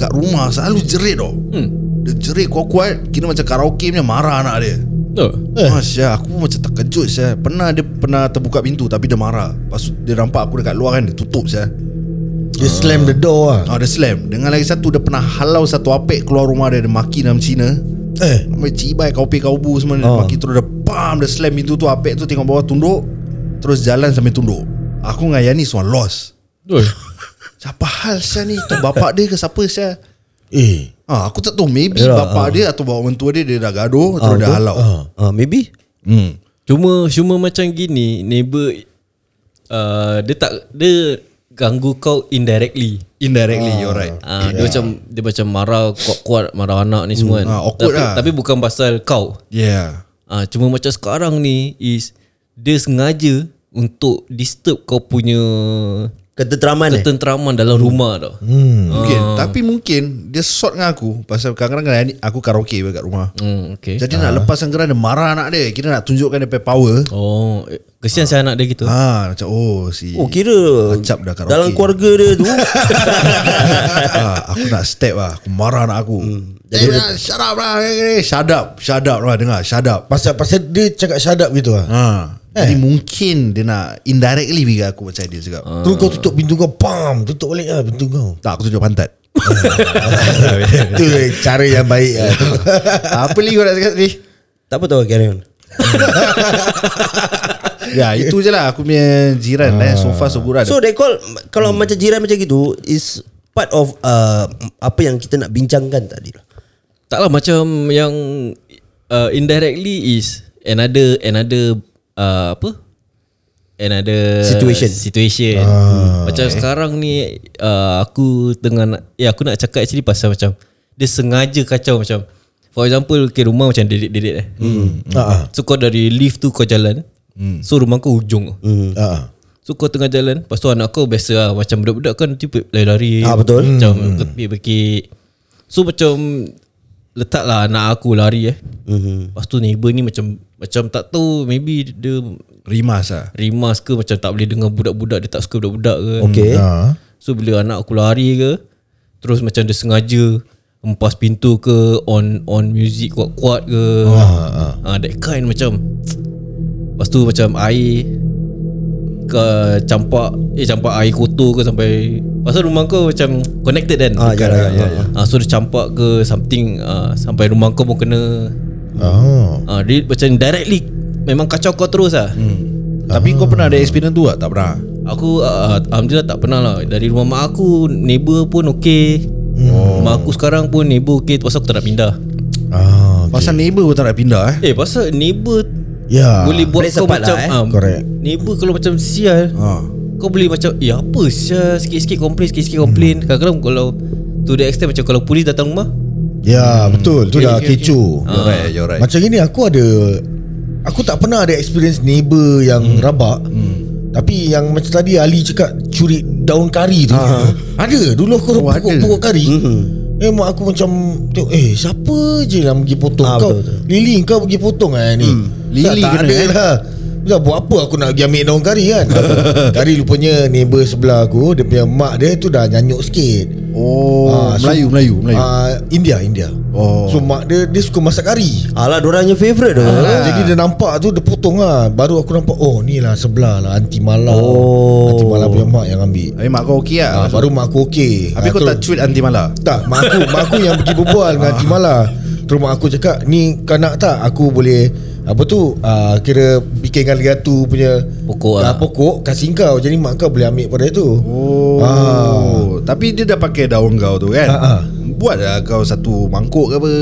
Speaker 2: kat rumah selalu jerit tau.
Speaker 1: Hmm.
Speaker 2: Dia jerit kuat-kuat, kira macam karaoke punya marah anak dia.
Speaker 1: Betul
Speaker 2: Eh. Masya aku pun macam terkejut saya. Pernah dia pernah terbuka pintu tapi dia marah. Lepas tu dia nampak aku dekat luar kan dia tutup saya.
Speaker 3: Dia slam the door lah
Speaker 2: Ah dia slam. Dengan lagi satu dia pernah halau satu apek keluar rumah dia dia maki dalam Cina.
Speaker 3: Eh
Speaker 2: Ambil cibai kaupi kaubu semua dia
Speaker 4: Oh.
Speaker 2: maki terus dia pam dia slam pintu tu apek tu tengok bawah tunduk. Terus jalan sambil tunduk. Aku dengan Yani semua lost.
Speaker 1: Betul
Speaker 2: Siapa hal saya ni? Tu bapak dia ke siapa saya?
Speaker 3: Eh
Speaker 2: Ah aku tak tahu maybe
Speaker 4: Yalah,
Speaker 2: bapak dia atau bapak mentua dia dia dah gaduh terus
Speaker 4: Ah,
Speaker 2: dia
Speaker 4: betul.
Speaker 2: halau.
Speaker 4: Ah maybe
Speaker 2: Hmm.
Speaker 1: Cuma cuma macam gini neighbor uh, dia ah, tak dia ganggu kau indirectly.
Speaker 2: Indirectly ah. you're right.
Speaker 1: Ah, dia macam dia macam marah kuat-kuat marah anak ni semua kan.
Speaker 2: ah, awkward
Speaker 1: tapi,
Speaker 2: lah.
Speaker 1: tapi bukan pasal kau.
Speaker 2: Yeah.
Speaker 1: Ah, cuma macam sekarang ni is dia sengaja untuk disturb kau punya
Speaker 4: Ketenteraman eh
Speaker 1: ketenteraman dalam rumah tau. Hmm.
Speaker 2: Mungkin Tapi mungkin Dia sort dengan aku Pasal kadang-kadang ni Aku karaoke pun kat rumah
Speaker 1: Hmm, okay.
Speaker 2: Jadi nak lepas sanggaran Dia marah anak dia Kita nak tunjukkan dia punya power
Speaker 1: Oh, eh, kesian saya anak dia gitu.
Speaker 2: Ah, macam oh si
Speaker 4: Oh kira
Speaker 2: Acap dah karaoke.
Speaker 4: Dalam keluarga dia tu
Speaker 2: ah, aku nak step lah Aku marah anak aku hmm. Eh, nak, shut up lah eh, eh, Shut up Shut up lah Dengar shut up
Speaker 3: Pasal pasal dia cakap shut up gitu lah.
Speaker 2: ha. Jadi mungkin Dia nak indirectly Bagi aku macam dia cakap
Speaker 3: Terus kau tutup pintu kau Pam Tutup balik lah pintu kau
Speaker 2: Tak aku tunjuk pantat
Speaker 3: Itu cara yang baik lah
Speaker 2: Apa lagi kau nak cakap ni
Speaker 4: Tak apa tahu carry on
Speaker 2: Ya itu je lah Aku punya jiran eh. So far so good lah
Speaker 4: So they call Kalau macam jiran macam gitu Is part of uh, Apa yang kita nak bincangkan tadi lah
Speaker 1: Taklah macam yang uh, indirectly is another another uh, apa? Another
Speaker 4: Situation.
Speaker 1: Situation. Ah, macam okay. sekarang ni uh, aku tengah nak ya aku nak cakap actually pasal macam dia sengaja kacau macam for example ke rumah macam dedek-dedek eh. Hmm.
Speaker 3: Ah,
Speaker 1: So kau dari lift tu kau jalan. Hmm. So rumah kau hujung. Hmm.
Speaker 3: ah, ah.
Speaker 1: So kau tengah jalan Lepas tu anak kau biasa lah Macam budak-budak kan Tipe lari-lari
Speaker 4: Ah, betul.
Speaker 1: Macam berkepik-berkepik So macam Letaklah anak aku lari eh
Speaker 4: Mhm.
Speaker 1: mm-hmm. Lepas tu neighbor ni macam Macam tak tahu Maybe dia
Speaker 2: Rimas lah
Speaker 1: Rimas ke Macam tak boleh dengar budak-budak Dia tak suka budak-budak ke
Speaker 4: Okay
Speaker 3: Ah.
Speaker 1: So bila anak aku lari ke Terus macam dia sengaja Empas pintu ke On on music kuat-kuat ke
Speaker 4: Ha,
Speaker 1: ah, ah. That kind macam Lepas tu macam air ke campak eh campak air kotor ke sampai pasal rumah kau macam connected kan
Speaker 4: Ah, ya, ya, ya, ya.
Speaker 1: Ah, so dia campak ke something ah, sampai rumah kau pun kena
Speaker 3: Oh.
Speaker 1: ah, dia macam directly memang kacau kau terus lah hmm.
Speaker 2: Tapi kau pernah ada experience tu tak? Tak pernah
Speaker 1: Aku uh, Alhamdulillah tak pernah lah Dari rumah mak aku Neighbor pun okay oh. Mak aku sekarang pun Neighbor okay Pasal aku tak nak pindah
Speaker 3: Ah.
Speaker 2: Pasal neighbor pun tak nak pindah
Speaker 1: Eh
Speaker 2: eh
Speaker 1: pasal neighbor
Speaker 3: Ya.
Speaker 1: Boleh buat
Speaker 4: Plays
Speaker 1: kau
Speaker 4: a part
Speaker 1: macam
Speaker 4: lah, eh.
Speaker 1: ah,
Speaker 3: Correct. Ah.
Speaker 1: Neighbor kalau macam sial
Speaker 2: ha.
Speaker 1: Kau boleh macam Eh apa sial Sikit-sikit komplain Sikit-sikit komplain Kadang-kadang kalau To the extent macam Kalau polis datang rumah
Speaker 3: Ya, betul. Tu dah
Speaker 4: Ah.
Speaker 3: kecoh.
Speaker 2: You're right, you're right
Speaker 3: Macam gini aku ada Aku tak pernah ada experience neighbor
Speaker 2: Hmm.
Speaker 3: yang rabak Tapi yang macam tadi Ali cakap curi daun kari tu Ada Dulu aku oh, pokok,
Speaker 2: Ah. Oh, ada. Hmm.
Speaker 3: pokok kari Eh mak aku macam tengok, Eh siapa je yang pergi potong
Speaker 4: Ah,
Speaker 3: kau
Speaker 4: betul, betul.
Speaker 3: Lili kau pergi potong eh ni
Speaker 2: Lili
Speaker 3: tak, tak
Speaker 2: Hmm. kena,
Speaker 3: ada
Speaker 2: eh.
Speaker 3: lah Dah buat apa aku nak pergi ambil daun kari kan Kari rupanya neighbor sebelah aku Dia punya mak dia tu dah nyanyuk sikit
Speaker 2: Oh
Speaker 3: Ah, so-
Speaker 2: Melayu, Melayu Melayu
Speaker 3: Ah, India India
Speaker 2: Oh.
Speaker 3: So mak dia Dia suka masak kari
Speaker 4: Alah dorangnya favourite
Speaker 2: Ha.
Speaker 4: tu
Speaker 3: Ah. Jadi dia nampak tu Dia potong lah Baru aku nampak Oh ni lah sebelah lah Anti Mala
Speaker 4: Oh.
Speaker 3: Anti Mala punya mak yang ambil
Speaker 2: Habis mak kau okey lah
Speaker 3: ah, Baru mak aku okey
Speaker 2: Habis
Speaker 3: Ah,
Speaker 2: kau
Speaker 3: terus-
Speaker 2: tak Ah. cuit anti malah
Speaker 3: Tak mak aku Mak aku yang pergi berbual Dengan Anti Mala Terus mak aku cakap Ni kau nak tak Aku boleh Apa tu ah, Kira bikinkan legatu punya
Speaker 1: Pokok lah.
Speaker 3: ah, Pokok kasih kau Jadi mak kau boleh ambil pada tu
Speaker 2: Oh Tapi dia dah pakai daun kau tu kan
Speaker 3: Ah, ah.
Speaker 2: Buat lah kau satu mangkuk ke apa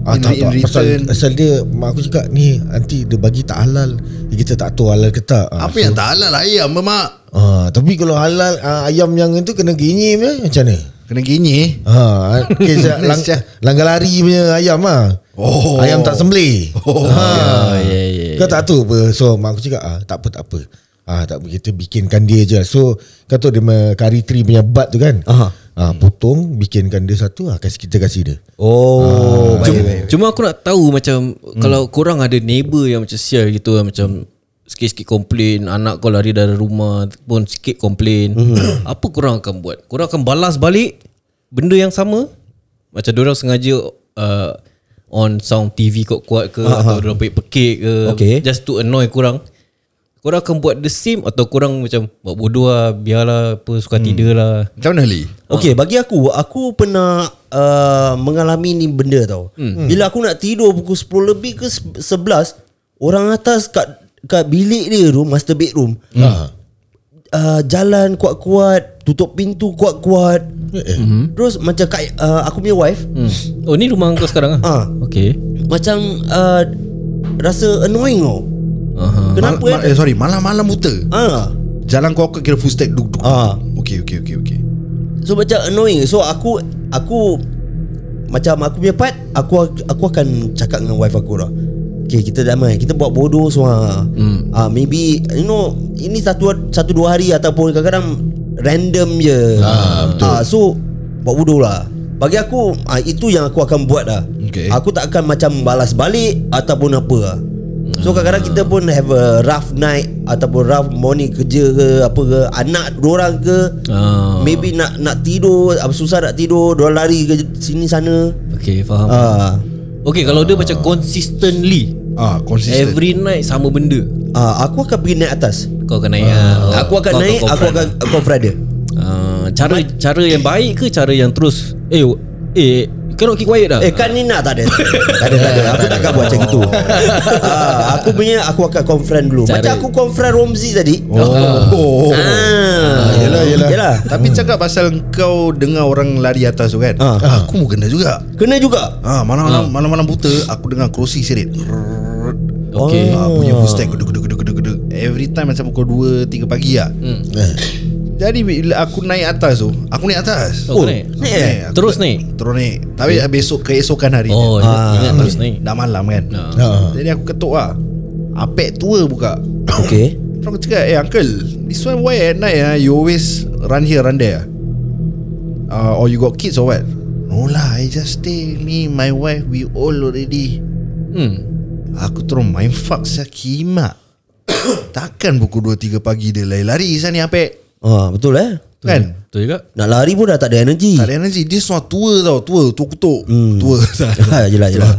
Speaker 3: Ah,
Speaker 2: In-
Speaker 3: tak,
Speaker 2: in
Speaker 3: tak. Pasal,
Speaker 2: return.
Speaker 3: pasal dia Mak aku cakap Ni nanti dia bagi tak halal Kita tak tahu halal ke tak ah,
Speaker 2: Apa yang tak halal lah, ayam ke, mak
Speaker 3: Ah, tapi kalau halal ah, ayam yang itu kena ginyim eh macam ni.
Speaker 2: Kena gini
Speaker 3: Ha, kes lang, langgar lari punya ayam ah.
Speaker 2: Oh.
Speaker 3: Ayam tak sembelih.
Speaker 2: Oh,
Speaker 1: ah,
Speaker 3: ha.
Speaker 1: yeah, yeah,
Speaker 3: Kau tak tahu apa. So mak aku cakap ah, tak apa tak apa. Ah, tak apa kita bikinkan dia je. So kau tahu dia punya curry tree punya bat tu kan.
Speaker 4: Aha.
Speaker 3: Ah, potong bikinkan dia satu ah, kasih kita kasih dia.
Speaker 4: Oh baik,
Speaker 1: Cuma,
Speaker 4: baik.
Speaker 1: cuma aku nak tahu macam hmm. kalau korang ada neighbor yang macam sial gitu yang macam sikit-sikit komplain anak kau lari dari rumah pun sikit komplain hmm. apa korang akan buat? Korang akan balas balik benda yang sama? Macam diorang sengaja uh, on sound TV kuat-kuat ke atau diorang pekik-pekik ke
Speaker 4: Okay.
Speaker 1: just to annoy korang. Korang akan buat the same atau korang macam buat bodoh lah biarlah apa suka hmm. tidur lah.
Speaker 2: Macam mana Li?
Speaker 4: Okay bagi aku Aku pernah uh, Mengalami ni benda tau
Speaker 1: Hmm.
Speaker 4: Hmm. Bila aku nak tidur Pukul 10 lebih ke se- 11 Orang atas kat Kat bilik dia tu Master bedroom
Speaker 1: Hmm. Ah.
Speaker 3: Ha.
Speaker 4: uh, Jalan kuat-kuat Tutup pintu kuat-kuat Hmm. Terus macam kat, uh, Aku punya wife
Speaker 1: Eh. Hmm. Oh ni rumah kau sekarang ah.
Speaker 4: Ah.
Speaker 1: Okay.
Speaker 4: Macam uh, Rasa annoying tau
Speaker 1: Aha.
Speaker 4: Kenapa
Speaker 2: Mal-
Speaker 4: eh
Speaker 2: mal- eh, Sorry malam-malam buta
Speaker 4: Ah,
Speaker 2: Jalan kau kau kira full stack duk duk.
Speaker 4: Ah.
Speaker 2: duk. Okay okay okay okay
Speaker 4: So macam annoying So aku Aku Macam aku punya part Aku aku akan cakap dengan wife aku lah Okay kita damai Kita buat bodoh semua hmm. ah, Maybe You know Ini satu satu dua hari Ataupun kadang-kadang Random je ah, betul. Ah, So Buat bodoh lah Bagi aku ah, Itu yang aku akan buat lah
Speaker 2: Okay.
Speaker 4: Aku tak akan macam balas balik Ataupun apa lah So kadang-kadang kita pun have a rough night Ataupun rough morning kerja ke Apa ke Anak dorang ke
Speaker 1: Ah.
Speaker 4: Maybe nak nak tidur apa, Susah nak tidur Diorang lari ke sini sana
Speaker 1: Okay faham
Speaker 4: Ah,
Speaker 1: Okay kalau dia macam consistently
Speaker 2: Ah consistent
Speaker 1: Every night sama benda
Speaker 4: ah, Aku akan pergi naik atas
Speaker 1: Kau akan naik ah,
Speaker 4: Aku akan
Speaker 1: kau
Speaker 4: naik Aku
Speaker 1: confront.
Speaker 4: akan confront dia
Speaker 1: Ah, Cara cara yang baik ke Cara yang terus Eh Eh Cannot keep quiet lah
Speaker 4: Eh kan Nina tak ada Tak ada tak ada Aku takkan buat macam itu ah, Aku punya Aku akan confront dulu
Speaker 1: Cara-
Speaker 4: Macam aku confront Romzi tadi
Speaker 2: Oh, oh.
Speaker 4: Ah,
Speaker 3: yelah, yelah.
Speaker 4: yelah.
Speaker 2: Tapi cakap pasal kau dengar orang lari atas tu kan
Speaker 4: Ah.
Speaker 2: Aku pun kena juga
Speaker 4: Kena juga
Speaker 2: Ah malam-malam malam-malam buta aku dengar kerusi serit.
Speaker 1: Okay
Speaker 2: Ah punya footstep geduk geduk geduk geduk geduk. Every time macam pukul 2 3 pagi ah.
Speaker 3: Eh.
Speaker 2: Jadi bila aku naik atas tu, aku naik atas.
Speaker 1: Kau Oh, naik
Speaker 2: Aku
Speaker 4: Naik, eh?
Speaker 2: aku
Speaker 1: Terus naik
Speaker 2: Terus naik. Tapi besok keesokan hari.
Speaker 1: Oh
Speaker 2: ni.
Speaker 1: ingat terus naik
Speaker 2: Dah malam kan.
Speaker 3: Ha.
Speaker 2: Jadi aku ketuk ah. Apek tua buka.
Speaker 4: Okay
Speaker 2: Terus aku cakap Eh uncle This one why at night ah, You always run here run there ah? uh, Or you got kids or what No lah I just stay Me my wife We all already
Speaker 1: Hmm
Speaker 2: Aku terus main fuck Saya kimak Takkan pukul 2-3 pagi Dia lari-lari Saya ni apek
Speaker 4: ah, Betul eh
Speaker 2: Kan
Speaker 1: Betul juga
Speaker 4: Nak lari pun dah tak ada energi
Speaker 2: Tak ada energy Dia semua tua tau Tua Tua kutuk hmm. Tua
Speaker 4: Ah, Yelah yelah
Speaker 2: ah.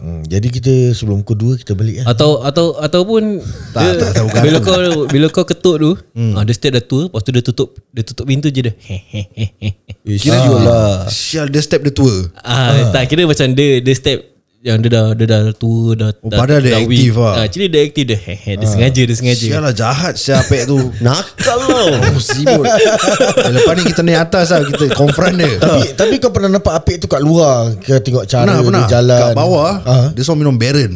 Speaker 3: Hmm, jadi kita sebelum kedua kita balik kan.
Speaker 1: Atau atau ataupun
Speaker 2: Tak,
Speaker 1: dia,
Speaker 2: tak, tak, bukan
Speaker 1: bila
Speaker 2: tu.
Speaker 1: kau bila kau ketuk tu, hmm. ah, dia stay dah tua, lepas tu dia tutup dia tutup pintu je dia.
Speaker 2: Kira ah. juga Sial dia step dia tua
Speaker 1: ah, tak kira macam dia dia step yang dia dah dia dah tua dah
Speaker 2: Oh,
Speaker 1: dah,
Speaker 2: padahal dia
Speaker 1: weak.
Speaker 2: aktif lah.
Speaker 1: Ah, actually dia aktif dia. Hehe, dia sengaja dia sengaja.
Speaker 2: Sial lah jahat Sial apek tu
Speaker 4: Nakal lah
Speaker 2: Oh sibuk Eh, Lepas ni kita naik atas lah Kita confront dia
Speaker 3: Tapi tapi kau pernah nampak apik tu kat luar ke tengok cara
Speaker 2: Pernah
Speaker 3: dia
Speaker 2: pernah
Speaker 3: jalan.
Speaker 2: Kat bawah
Speaker 3: Ha.
Speaker 2: Dia selalu minum Baron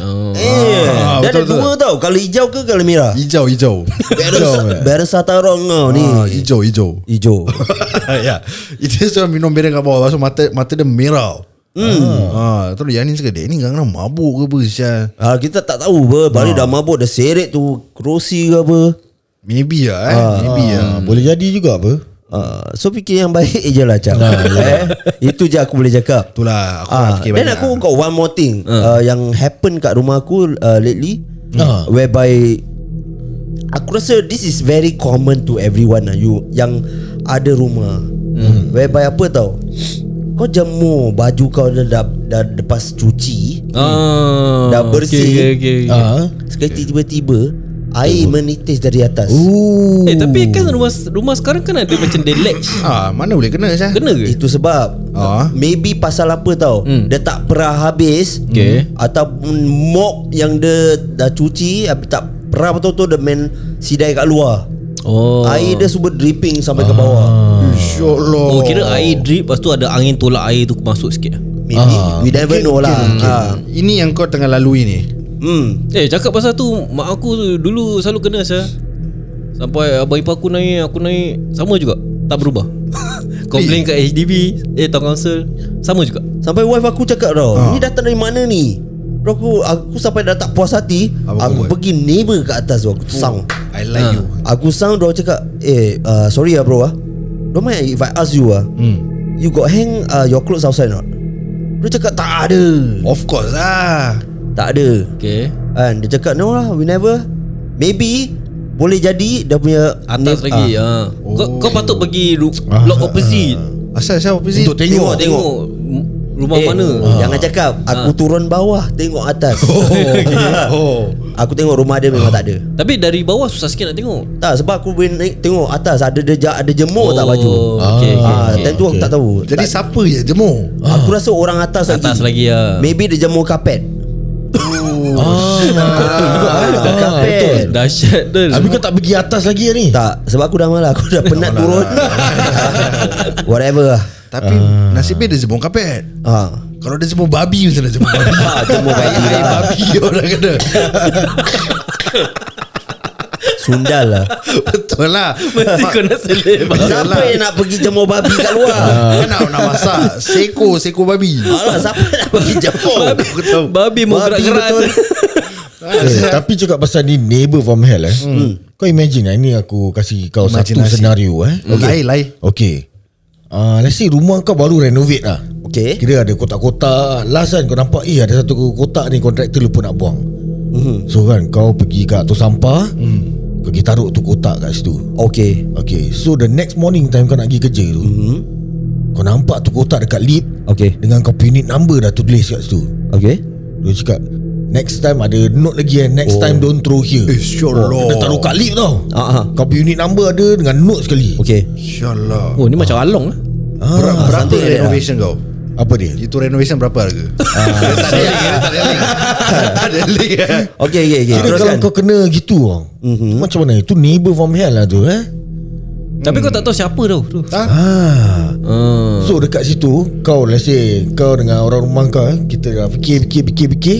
Speaker 4: Eh,
Speaker 2: Ah,
Speaker 4: dia
Speaker 2: betul,
Speaker 4: ada
Speaker 2: betul.
Speaker 4: dua tau Kalau hijau ke kalau merah
Speaker 2: Hijau hijau
Speaker 4: Beres Beres satarong kau ni
Speaker 2: ah, Hijau hijau
Speaker 4: Hijau
Speaker 2: Ya Dia selalu minum Baron kat bawah Lepas tu mata, mata dia merah Hmm. Ah, terus yang ni cakap dia ni kadang-kadang mabuk ke apa sial.
Speaker 4: ah, Kita tak tahu ber Balik dah mabuk Dah seret tu Kerusi ke apa
Speaker 2: Maybe lah eh. Maybe
Speaker 3: Ha,
Speaker 2: lah.
Speaker 3: boleh jadi juga apa?
Speaker 4: ah, So fikir yang baik je lah Cap eh, Itu je aku boleh cakap
Speaker 2: Itulah lah, aku nak
Speaker 4: Ah,
Speaker 2: fikir
Speaker 4: Then
Speaker 2: banyak.
Speaker 4: aku got one more thing uh, Yang happen kat rumah aku uh, Lately
Speaker 3: Ah.
Speaker 4: Whereby Aku rasa this is very common to everyone lah You Yang ada rumah hmm. Whereby apa tau Kau jemur baju kau dah, dah, dah lepas cuci
Speaker 1: Ah,
Speaker 4: Dah bersih. Ah.
Speaker 1: Okay, okay, okay.
Speaker 3: Ha.
Speaker 4: Sekali tiba-tiba Air menitis dari atas
Speaker 3: Ooh.
Speaker 1: Eh tapi kan rumah rumah sekarang kan ada macam dia latch.
Speaker 2: ah, mana boleh kena sial?
Speaker 1: Kena ke?
Speaker 4: Itu sebab
Speaker 2: Ah.
Speaker 4: Maybe pasal apa tau
Speaker 1: Hmm.
Speaker 4: Dia tak perah habis
Speaker 1: Okay.
Speaker 4: Ataupun mop yang dia dah cuci habis Tak perah betul-betul Dia main sidai kat luar
Speaker 1: Oh. Ah.
Speaker 4: Air dia semua dripping sampai ke bawah
Speaker 2: Ah. Insyaallah.
Speaker 1: Oh kira air drip Lepas tu ada angin tolak air tu masuk sikit
Speaker 4: Maybe We never know lah Ah.
Speaker 2: Ini yang kau tengah lalui ni.
Speaker 4: Hmm.
Speaker 1: Eh cakap pasal tu Mak aku tu dulu selalu kena saya Sampai abang ipar aku naik Aku naik Sama juga Tak berubah Complain kat HDB Eh town council Sama juga
Speaker 4: Sampai wife aku cakap
Speaker 2: Ah.
Speaker 4: tau Ni datang dari mana ni Bro, aku, aku sampai dah tak puas hati
Speaker 2: Apa kau
Speaker 4: Aku
Speaker 2: buat?
Speaker 4: pergi neighbor kat atas
Speaker 1: Oh.
Speaker 4: tu Aku sound
Speaker 2: I like
Speaker 3: Ah.
Speaker 2: you.
Speaker 4: Aku sound Diorang cakap Eh uh, sorry lah bro ah. Don't mind if I ask you ah. Hmm. You got hang uh, your clothes outside not Dia cakap tak ada
Speaker 2: Of course lah.
Speaker 4: Tak ada
Speaker 1: Okay
Speaker 4: Kan dia cakap no lah we never Maybe Boleh jadi Dia punya
Speaker 1: Atas
Speaker 4: neigh-
Speaker 1: lagi ah. Kau, kau patut pergi ru- Block opposite
Speaker 2: Asal siapa opposite?
Speaker 3: Untuk tengok.
Speaker 1: Tengok, tengok m- Rumah
Speaker 4: Eh,
Speaker 1: mana Ah.
Speaker 4: Jangan cakap Aku turun bawah Tengok atas
Speaker 2: Oh.
Speaker 4: Aku tengok rumah dia memang tak ada
Speaker 1: Tapi dari bawah susah sikit nak tengok
Speaker 4: Tak sebab aku boleh naik tengok atas Ada dia, ja- ada jemur oh, tak baju
Speaker 1: okay, okay,
Speaker 4: ah,
Speaker 1: okay.
Speaker 4: Time tu aku tak tahu
Speaker 2: Jadi
Speaker 4: tak,
Speaker 2: siapa je jemur?
Speaker 4: Aku rasa orang atas,
Speaker 1: Atas lagi lah
Speaker 4: Maybe dia jemur kapet
Speaker 3: Ah,
Speaker 4: Kapet
Speaker 1: Dahsyat tu
Speaker 3: Habis kau tak pergi atas lagi ni?
Speaker 4: Tak Sebab aku dah malas Aku dah penat turun Whatever lah
Speaker 2: Tapi
Speaker 3: Ah.
Speaker 2: nasibnya dia jemur kapet.
Speaker 4: ah.
Speaker 2: Kalau dia jemur babi macam mana jemur babi?
Speaker 3: lah.
Speaker 4: Ah, jemur babi
Speaker 2: Air
Speaker 4: lah
Speaker 2: babi orang kena.
Speaker 4: Sundal lah
Speaker 2: Betul lah
Speaker 1: Mesti kau nak selip
Speaker 4: Siapa
Speaker 2: lah.
Speaker 4: yang nak pergi jemur babi kat luar
Speaker 2: Kan nak, nak masak Seko Seko
Speaker 3: Eh,
Speaker 2: babi
Speaker 4: Alah Ah, siapa yang nak pergi jemur
Speaker 2: Babi Aku tahu
Speaker 1: Babi mau gerak
Speaker 4: Babi
Speaker 1: keras
Speaker 4: betul.
Speaker 3: Eh, tapi cakap pasal ni neighbor from hell eh. Kau imagine eh, ni aku kasih kau satu
Speaker 2: Imaginasi.
Speaker 3: senario eh.
Speaker 2: Lai lai
Speaker 3: Okay uh, Let's say rumah kau baru renovate lah
Speaker 4: Okay.
Speaker 3: Kira ada kotak-kotak Last kan kau nampak Eh ada satu kotak ni Kontraktor lupa nak buang mm-hmm. So kan kau pergi kat tu sampah mm. Pergi taruh tu kotak kat situ
Speaker 4: Okay
Speaker 3: Okay So the next morning time kau nak pergi kerja tu mm-hmm. Kau nampak tu kotak dekat lift
Speaker 4: Okay
Speaker 3: Dengan kau punya unit number dah tulis kat situ
Speaker 4: Okay
Speaker 3: Dia cakap Next time ada note lagi eh Next oh. time don't throw here Oh,
Speaker 2: Eh, syollah.
Speaker 3: Dia taruh kat lift tau
Speaker 4: Ah, ah.
Speaker 3: Kau punya unit number ada Dengan note sekali Ah,
Speaker 4: Okay
Speaker 2: InsyaAllah
Speaker 1: Oh ni macam along lah
Speaker 2: Berapa, berapa
Speaker 3: ya.
Speaker 4: santai
Speaker 2: renovation kau?
Speaker 3: Apa dia?
Speaker 2: Itu renovation berapa harga?
Speaker 3: Ah,
Speaker 2: Dia tak ada link, dia tak ada link. Tak ada link eh.
Speaker 4: Okay okay, okay.
Speaker 3: Kira kalau
Speaker 4: Teruskan
Speaker 3: kau kena gitu bang. Mm-hmm. Macam mana? Itu neighbor from hell lah tu eh.
Speaker 1: Tapi kau tak tahu siapa tau tu.
Speaker 3: Ah.
Speaker 1: Hmm.
Speaker 3: So dekat situ kau let's say kau dengan orang rumah kau eh, kita dah fikir fikir fikir fikir.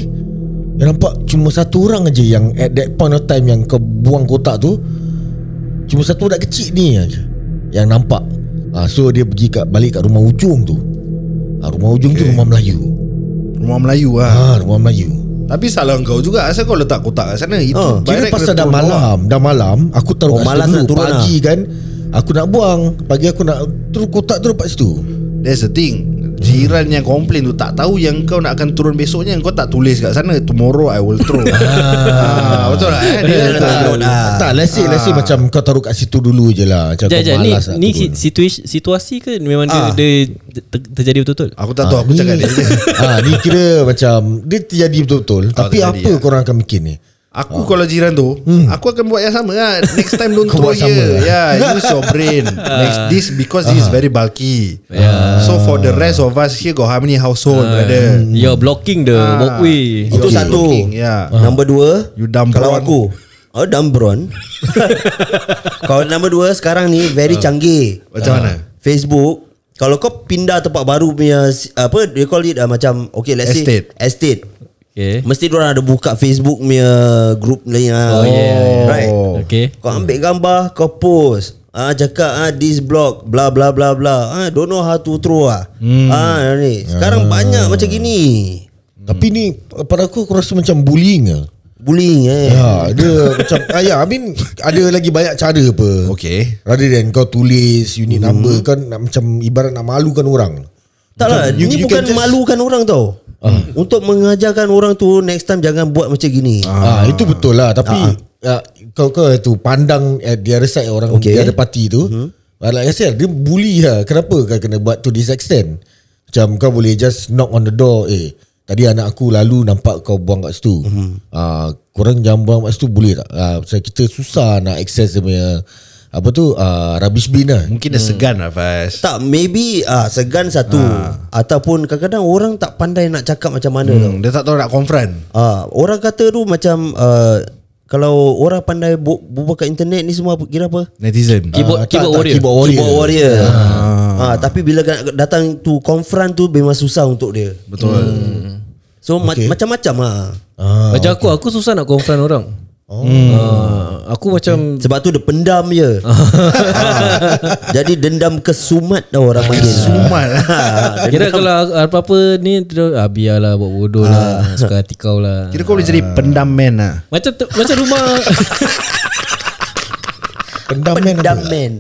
Speaker 3: Yang nampak cuma satu orang aja yang at that point of time yang kau buang kotak tu cuma satu budak kecil ni aja yang nampak. Ah so dia pergi kat balik kat rumah ujung tu. Ah rumah ujung okay. tu rumah Melayu.
Speaker 2: Rumah Melayu lah
Speaker 3: Ah rumah Melayu.
Speaker 2: Tapi salah kau juga Asal kau letak kotak kat sana Itu by
Speaker 4: Oh,
Speaker 3: Ah, Kira
Speaker 2: right
Speaker 3: pasal
Speaker 2: kena
Speaker 3: dah
Speaker 2: turun bawah.
Speaker 3: malam Dah malam Aku taruh
Speaker 4: Oh,
Speaker 3: kat
Speaker 4: malas
Speaker 3: situ
Speaker 4: nak
Speaker 3: dulu
Speaker 4: turun
Speaker 3: Pagi kan Aku nak buang Pagi aku nak Terus kotak terus kat situ
Speaker 2: That's the thing Jiran yang komplain tu Tak tahu yang kau nak akan turun besoknya Kau tak tulis kat sana Tomorrow I will throw ah, Betul tak eh? Dia
Speaker 4: Dia letak
Speaker 2: tak
Speaker 4: note ah.
Speaker 3: Tak let's say, let's say Macam kau taruh kat situ dulu je lah Macam
Speaker 1: Jaj,
Speaker 3: kau
Speaker 1: jaj, ni,
Speaker 3: malas nak
Speaker 1: ni
Speaker 3: turun.
Speaker 1: situasi, situasi ke memang
Speaker 4: Ah.
Speaker 1: dia, dia ter- terjadi betul-betul?
Speaker 2: Aku tak tahu Aku cakap dia je.
Speaker 3: ha, Ah, Ni kira macam Dia terjadi betul-betul Tapi
Speaker 2: terjadi,
Speaker 3: apa
Speaker 2: ya.
Speaker 3: korang akan mikir ni
Speaker 2: Aku kalau jiran tu Aku akan buat yang sama lah Next time don't
Speaker 3: Kau
Speaker 2: throw
Speaker 3: buat sama
Speaker 2: here
Speaker 3: lah.
Speaker 2: Yeah Use your brain Next this Because this is very bulky So for the rest of us Here got how many household Brother
Speaker 1: You're blocking the
Speaker 2: Hmm. Ah.
Speaker 1: walkway.
Speaker 4: Itu
Speaker 2: You're
Speaker 4: satu
Speaker 2: looking, yeah.
Speaker 4: Nombor dua
Speaker 2: You dumb
Speaker 4: Kalau
Speaker 2: brawn.
Speaker 4: aku Oh Dambron Kalau nombor dua Sekarang ni Very canggih
Speaker 2: Macam mana?
Speaker 4: Facebook Kalau kau pindah tempat baru punya Apa They call it uh, Macam Okay let's
Speaker 2: Estate.
Speaker 4: say Estate
Speaker 1: Okay.
Speaker 4: Mesti diorang ada buka Facebook punya Group ni ah.
Speaker 1: Oh, yeah, yeah.
Speaker 4: Right
Speaker 1: Okay.
Speaker 4: Kau ambil gambar Kau post Ah cakap ah this block bla bla bla bla ah don't know how to throw ah ah ni sekarang banyak macam gini
Speaker 3: Tapi ni Pada aku aku rasa macam bullying lah
Speaker 4: bullying eh
Speaker 3: Ya, dia macam ah, ya, I mean ada lagi banyak cara apa.
Speaker 2: Okay. Hmm.
Speaker 3: Rather than kau tulis unit number kan nak, macam ibarat nak malukan orang.
Speaker 4: Tak lah
Speaker 3: you-
Speaker 4: Ni
Speaker 3: you
Speaker 4: bukan
Speaker 3: can just-
Speaker 4: malukan orang tau Untuk mengajarkan orang tu Next time jangan buat macam gini
Speaker 3: Ah, itu betul lah tapi ah. kau kau tu pandang at the other side orang okay.
Speaker 4: Okay.
Speaker 3: the other party tu. Hmm. Like I said, dia bully lah. Kenapa kau kena buat to this extent? Macam kau boleh just knock on the door, eh tadi anak aku lalu nampak kau buang kat situ. Hmm. Ah, korang jangan buang kat situ boleh tak? Ah, pasal kita susah nak access dia punya apa tu ah, rubbish bin lah.
Speaker 2: Mungkin dia segan lah Faiz
Speaker 4: Tak maybe ah, Segan satu Ataupun kadang-kadang orang tak pandai nak cakap macam mana tau
Speaker 2: hmm, Dia tak tahu nak confront
Speaker 4: ah, Orang kata tu macam ah, Kalau orang pandai bu- berbual kat internet ni semua apa- Kira apa?
Speaker 2: Netizen
Speaker 1: Keyboard,
Speaker 3: Ah, tak,
Speaker 1: keyboard
Speaker 3: tak,
Speaker 1: warrior.
Speaker 3: keyboard warrior.
Speaker 4: Keyboard warrior ah. Tapi bila kan- datang tu confront tu Memang susah untuk dia Hmm.
Speaker 2: Betul
Speaker 4: So okay. ma- macam-macam lah
Speaker 3: Ah,
Speaker 1: Macam aku, aku susah nak confront orang. Oh. aku macam
Speaker 4: Sebab tu dia pendam je Ah. Jadi dendam kesumat dah orang panggil
Speaker 2: Sumat
Speaker 4: Ah,
Speaker 1: Kira kalau apa-apa ni dia- ah, Biarlah buat bodoh lah Suka hati kau lah
Speaker 2: Ah. Kira kau boleh jadi pendam man lah
Speaker 1: Macam tu- macam rumah
Speaker 3: pendaman
Speaker 4: Dendam
Speaker 3: apa?
Speaker 4: man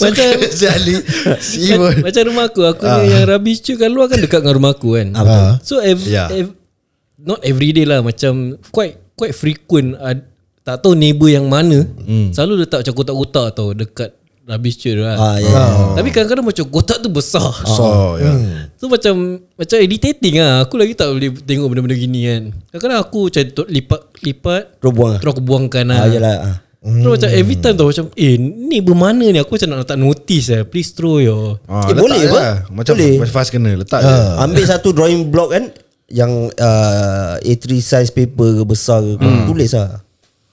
Speaker 1: Macam
Speaker 2: Jali
Speaker 1: ma- Macam rumah aku Aku ni yang rubbish tu Kat luar kan dekat dengan rumah aku kan
Speaker 3: Ah.
Speaker 1: So ev,
Speaker 2: Ya.
Speaker 1: ev, Not every day lah Macam Quite quite frequent ad, Tak tahu neighbor yang mana Selalu letak macam kotak-kotak tau Dekat rubbish tu lah
Speaker 4: Ah, ya.
Speaker 1: Tapi kadang-kadang macam Kotak tu besar
Speaker 4: Ah.
Speaker 2: So ya.
Speaker 4: Hmm.
Speaker 1: So macam Macam irritating lah Aku lagi tak boleh Tengok benda-benda gini kan Kadang-kadang aku macam tu- Lipat Lipat
Speaker 4: Terus buang ah.
Speaker 1: Terus aku buangkan lah
Speaker 4: Ah, yalah. ah.
Speaker 1: Terus macam every time tau Macam eh ni bermana ni Aku macam nak letak notice lah Please throw your
Speaker 2: Ah,
Speaker 4: Eh,
Speaker 2: letak
Speaker 4: boleh
Speaker 2: je
Speaker 4: apa?
Speaker 2: lah. Macam
Speaker 4: Boleh. Ah.
Speaker 2: macam Faiz kena Letak je
Speaker 4: Ambil satu drawing block kan yang uh, A3 size paper ke besar ke hmm. tulis lah.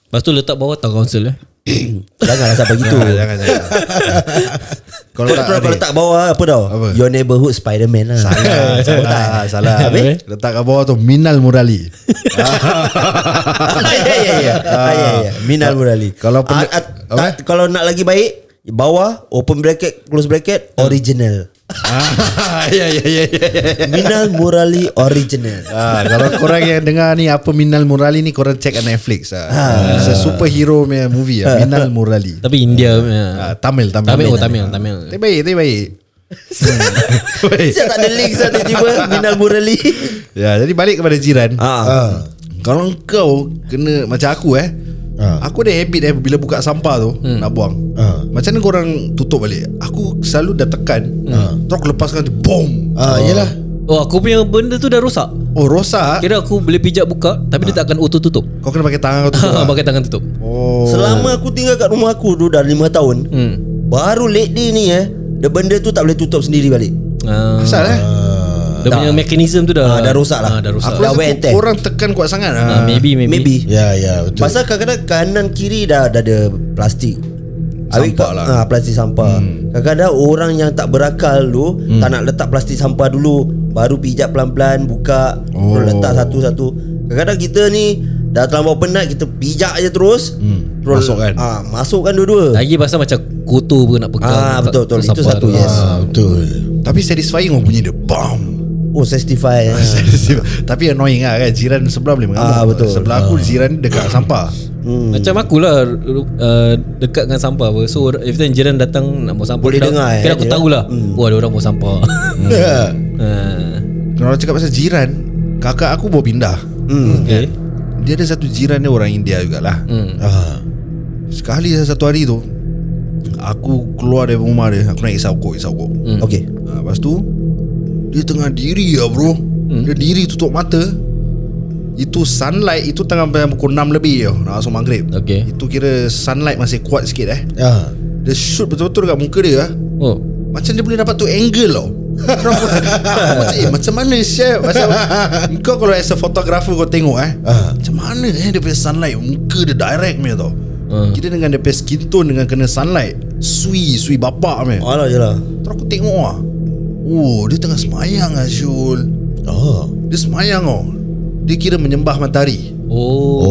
Speaker 1: Lepas tu letak bawah town council eh
Speaker 4: Janganlah sampai lah, gitu.
Speaker 2: Ah, Jangan jangan lah. Kalau
Speaker 4: Kalau
Speaker 2: tak
Speaker 4: tak, kalau
Speaker 2: ada.
Speaker 4: tak bawah apa tau
Speaker 2: Apa?
Speaker 4: Your neighborhood Spiderman lah
Speaker 2: Salah Salah, salah.
Speaker 1: Habis?
Speaker 2: Letak kat bawah tu Minal Murali
Speaker 4: Ya ya ya Ah, ya, ya. Minal Murali
Speaker 2: Kalau
Speaker 4: ah,
Speaker 2: pen-
Speaker 4: ah, tak, Kalau nak lagi baik Bawah Open bracket Close bracket
Speaker 2: Hmm.
Speaker 4: Original
Speaker 2: Ah, Ya ya ya ya, ya.
Speaker 4: Minal Murali Original
Speaker 2: Ah, kalau korang yang dengar ni apa Minal Murali ni korang check kat Netflix ah. It's a superhero punya movie ah, Minal Murali.
Speaker 1: Tapi India punya.
Speaker 2: Ah, Tamil Tamil.
Speaker 1: Tamil oh Tamil Tamil.
Speaker 2: Tapi baik, tapi baik. Baik.
Speaker 4: Saya tak ada link Saya tiba Minal Murali
Speaker 2: Ya, jadi balik kepada jiran. Ha.
Speaker 4: Ah,
Speaker 3: Ah.
Speaker 2: Kalau kau kena macam aku eh.
Speaker 3: Ah.
Speaker 2: Aku ada habit eh bila buka sampah tu
Speaker 4: Hmm.
Speaker 2: nak buang.
Speaker 3: Ah.
Speaker 2: Macam mana korang tutup balik? Aku selalu dah tekan. Terus aku lepaskan tu boom.
Speaker 3: Ah, yelah
Speaker 1: Oh aku punya benda tu dah rosak.
Speaker 2: Oh rosak.
Speaker 1: Kira aku boleh pijak buka tapi
Speaker 4: Ah.
Speaker 1: dia tak akan auto tutup.
Speaker 2: Kau kena pakai tangan kau
Speaker 4: Ha,
Speaker 2: tutup. lah.
Speaker 1: Pakai tangan tutup.
Speaker 2: oh.
Speaker 4: Selama aku tinggal kat rumah aku tu Dah 5 tahun
Speaker 1: Hmm.
Speaker 4: Baru late day ni eh The benda tu tak boleh tutup sendiri balik Ha,
Speaker 1: Ah,
Speaker 2: Asal eh?
Speaker 1: dia punya mekanism tu dah
Speaker 4: Ah, dah rosak
Speaker 1: Ah,
Speaker 4: lah.
Speaker 1: dah rosak.
Speaker 2: Aku
Speaker 4: Aku dah
Speaker 2: rasa
Speaker 4: wear and tear.
Speaker 2: tu korang tekan kuat sangat.
Speaker 1: Ah,
Speaker 2: Ah,
Speaker 1: maybe maybe.
Speaker 4: Maybe.
Speaker 3: Ya ya betul
Speaker 4: Pasal kadang-kadang kanan kiri dah, dah ada plastik Habis
Speaker 2: Sampah
Speaker 4: ka-
Speaker 2: lah.
Speaker 4: ah, Plastik sampah hmm. Kadang-kadang orang yang tak berakal tu hmm. Tak nak letak plastik sampah dulu Baru pijak pelan-pelan Buka oh. Terus letak satu-satu Kadang-kadang kita ni Dah terlalu penat Kita pijak je terus hmm.
Speaker 2: Masukkan.
Speaker 4: ah, Masukkan dua-dua
Speaker 1: Lagi pasal macam kotor pun nak pegang.
Speaker 4: Ah,
Speaker 1: kat-
Speaker 4: betul, betul.
Speaker 1: kat
Speaker 4: Itu
Speaker 1: sampah
Speaker 4: satu,
Speaker 1: tu.
Speaker 4: yes.
Speaker 3: Ah, betul
Speaker 2: Tapi satisfying orang bunyi dia bam.
Speaker 4: Oh sensify eh.
Speaker 2: Tapi annoying lah kan Jiran sebelah boleh mengamuk
Speaker 4: Ah, betul.
Speaker 2: Sebelah aku jiran dekat sampah
Speaker 1: Hmm. Macam akulah uh, dekat dengan sampah apa. So every time jiran datang nak buang sampah
Speaker 4: Boleh
Speaker 1: dah-
Speaker 4: dengar, eh,
Speaker 1: Kira aku
Speaker 4: dia.
Speaker 1: tahulah. Hmm. Wah, ada orang buang sampah.
Speaker 3: Ya.
Speaker 1: Ah,
Speaker 2: Kalau cakap pasal jiran Kakak aku bawa pindah
Speaker 4: hmm.
Speaker 1: okay.
Speaker 2: Dia ada satu jiran dia orang India jugalah
Speaker 1: Hmm.
Speaker 3: Ah.
Speaker 2: Sekali satu hari tu Aku keluar dari rumah dia Aku naik saukok Saukok
Speaker 1: Hmm.
Speaker 4: Okay
Speaker 2: ha, Lepas tu Dia tengah diri lah bro
Speaker 1: Hmm.
Speaker 2: Dia diri tutup mata Itu sunlight Itu tengah pukul 6 lebih tau Nak masuk maghrib
Speaker 1: Okay.
Speaker 2: Itu kira sunlight masih kuat sikit eh
Speaker 3: Ah.
Speaker 2: Dia shoot betul-betul dekat muka dia ah.
Speaker 1: Oh.
Speaker 2: Macam dia boleh dapat tu angle tau Aku macam eh macam mana chef Macam Kau kalau as a photographer kau tengok eh
Speaker 3: Ah.
Speaker 2: Macam mana eh dia punya sunlight Muka dia direct punya tau
Speaker 1: Ah.
Speaker 2: Kita dengan dia punya skin tone Dengan kena sunlight Sui Sui bapak punya
Speaker 1: Ah.
Speaker 4: Alah je lah
Speaker 2: Terus aku tengok lah Oh dia tengah semayang lah Syul
Speaker 3: Oh.
Speaker 2: Dia semayang tau Dia kira menyembah matahari
Speaker 1: Oh.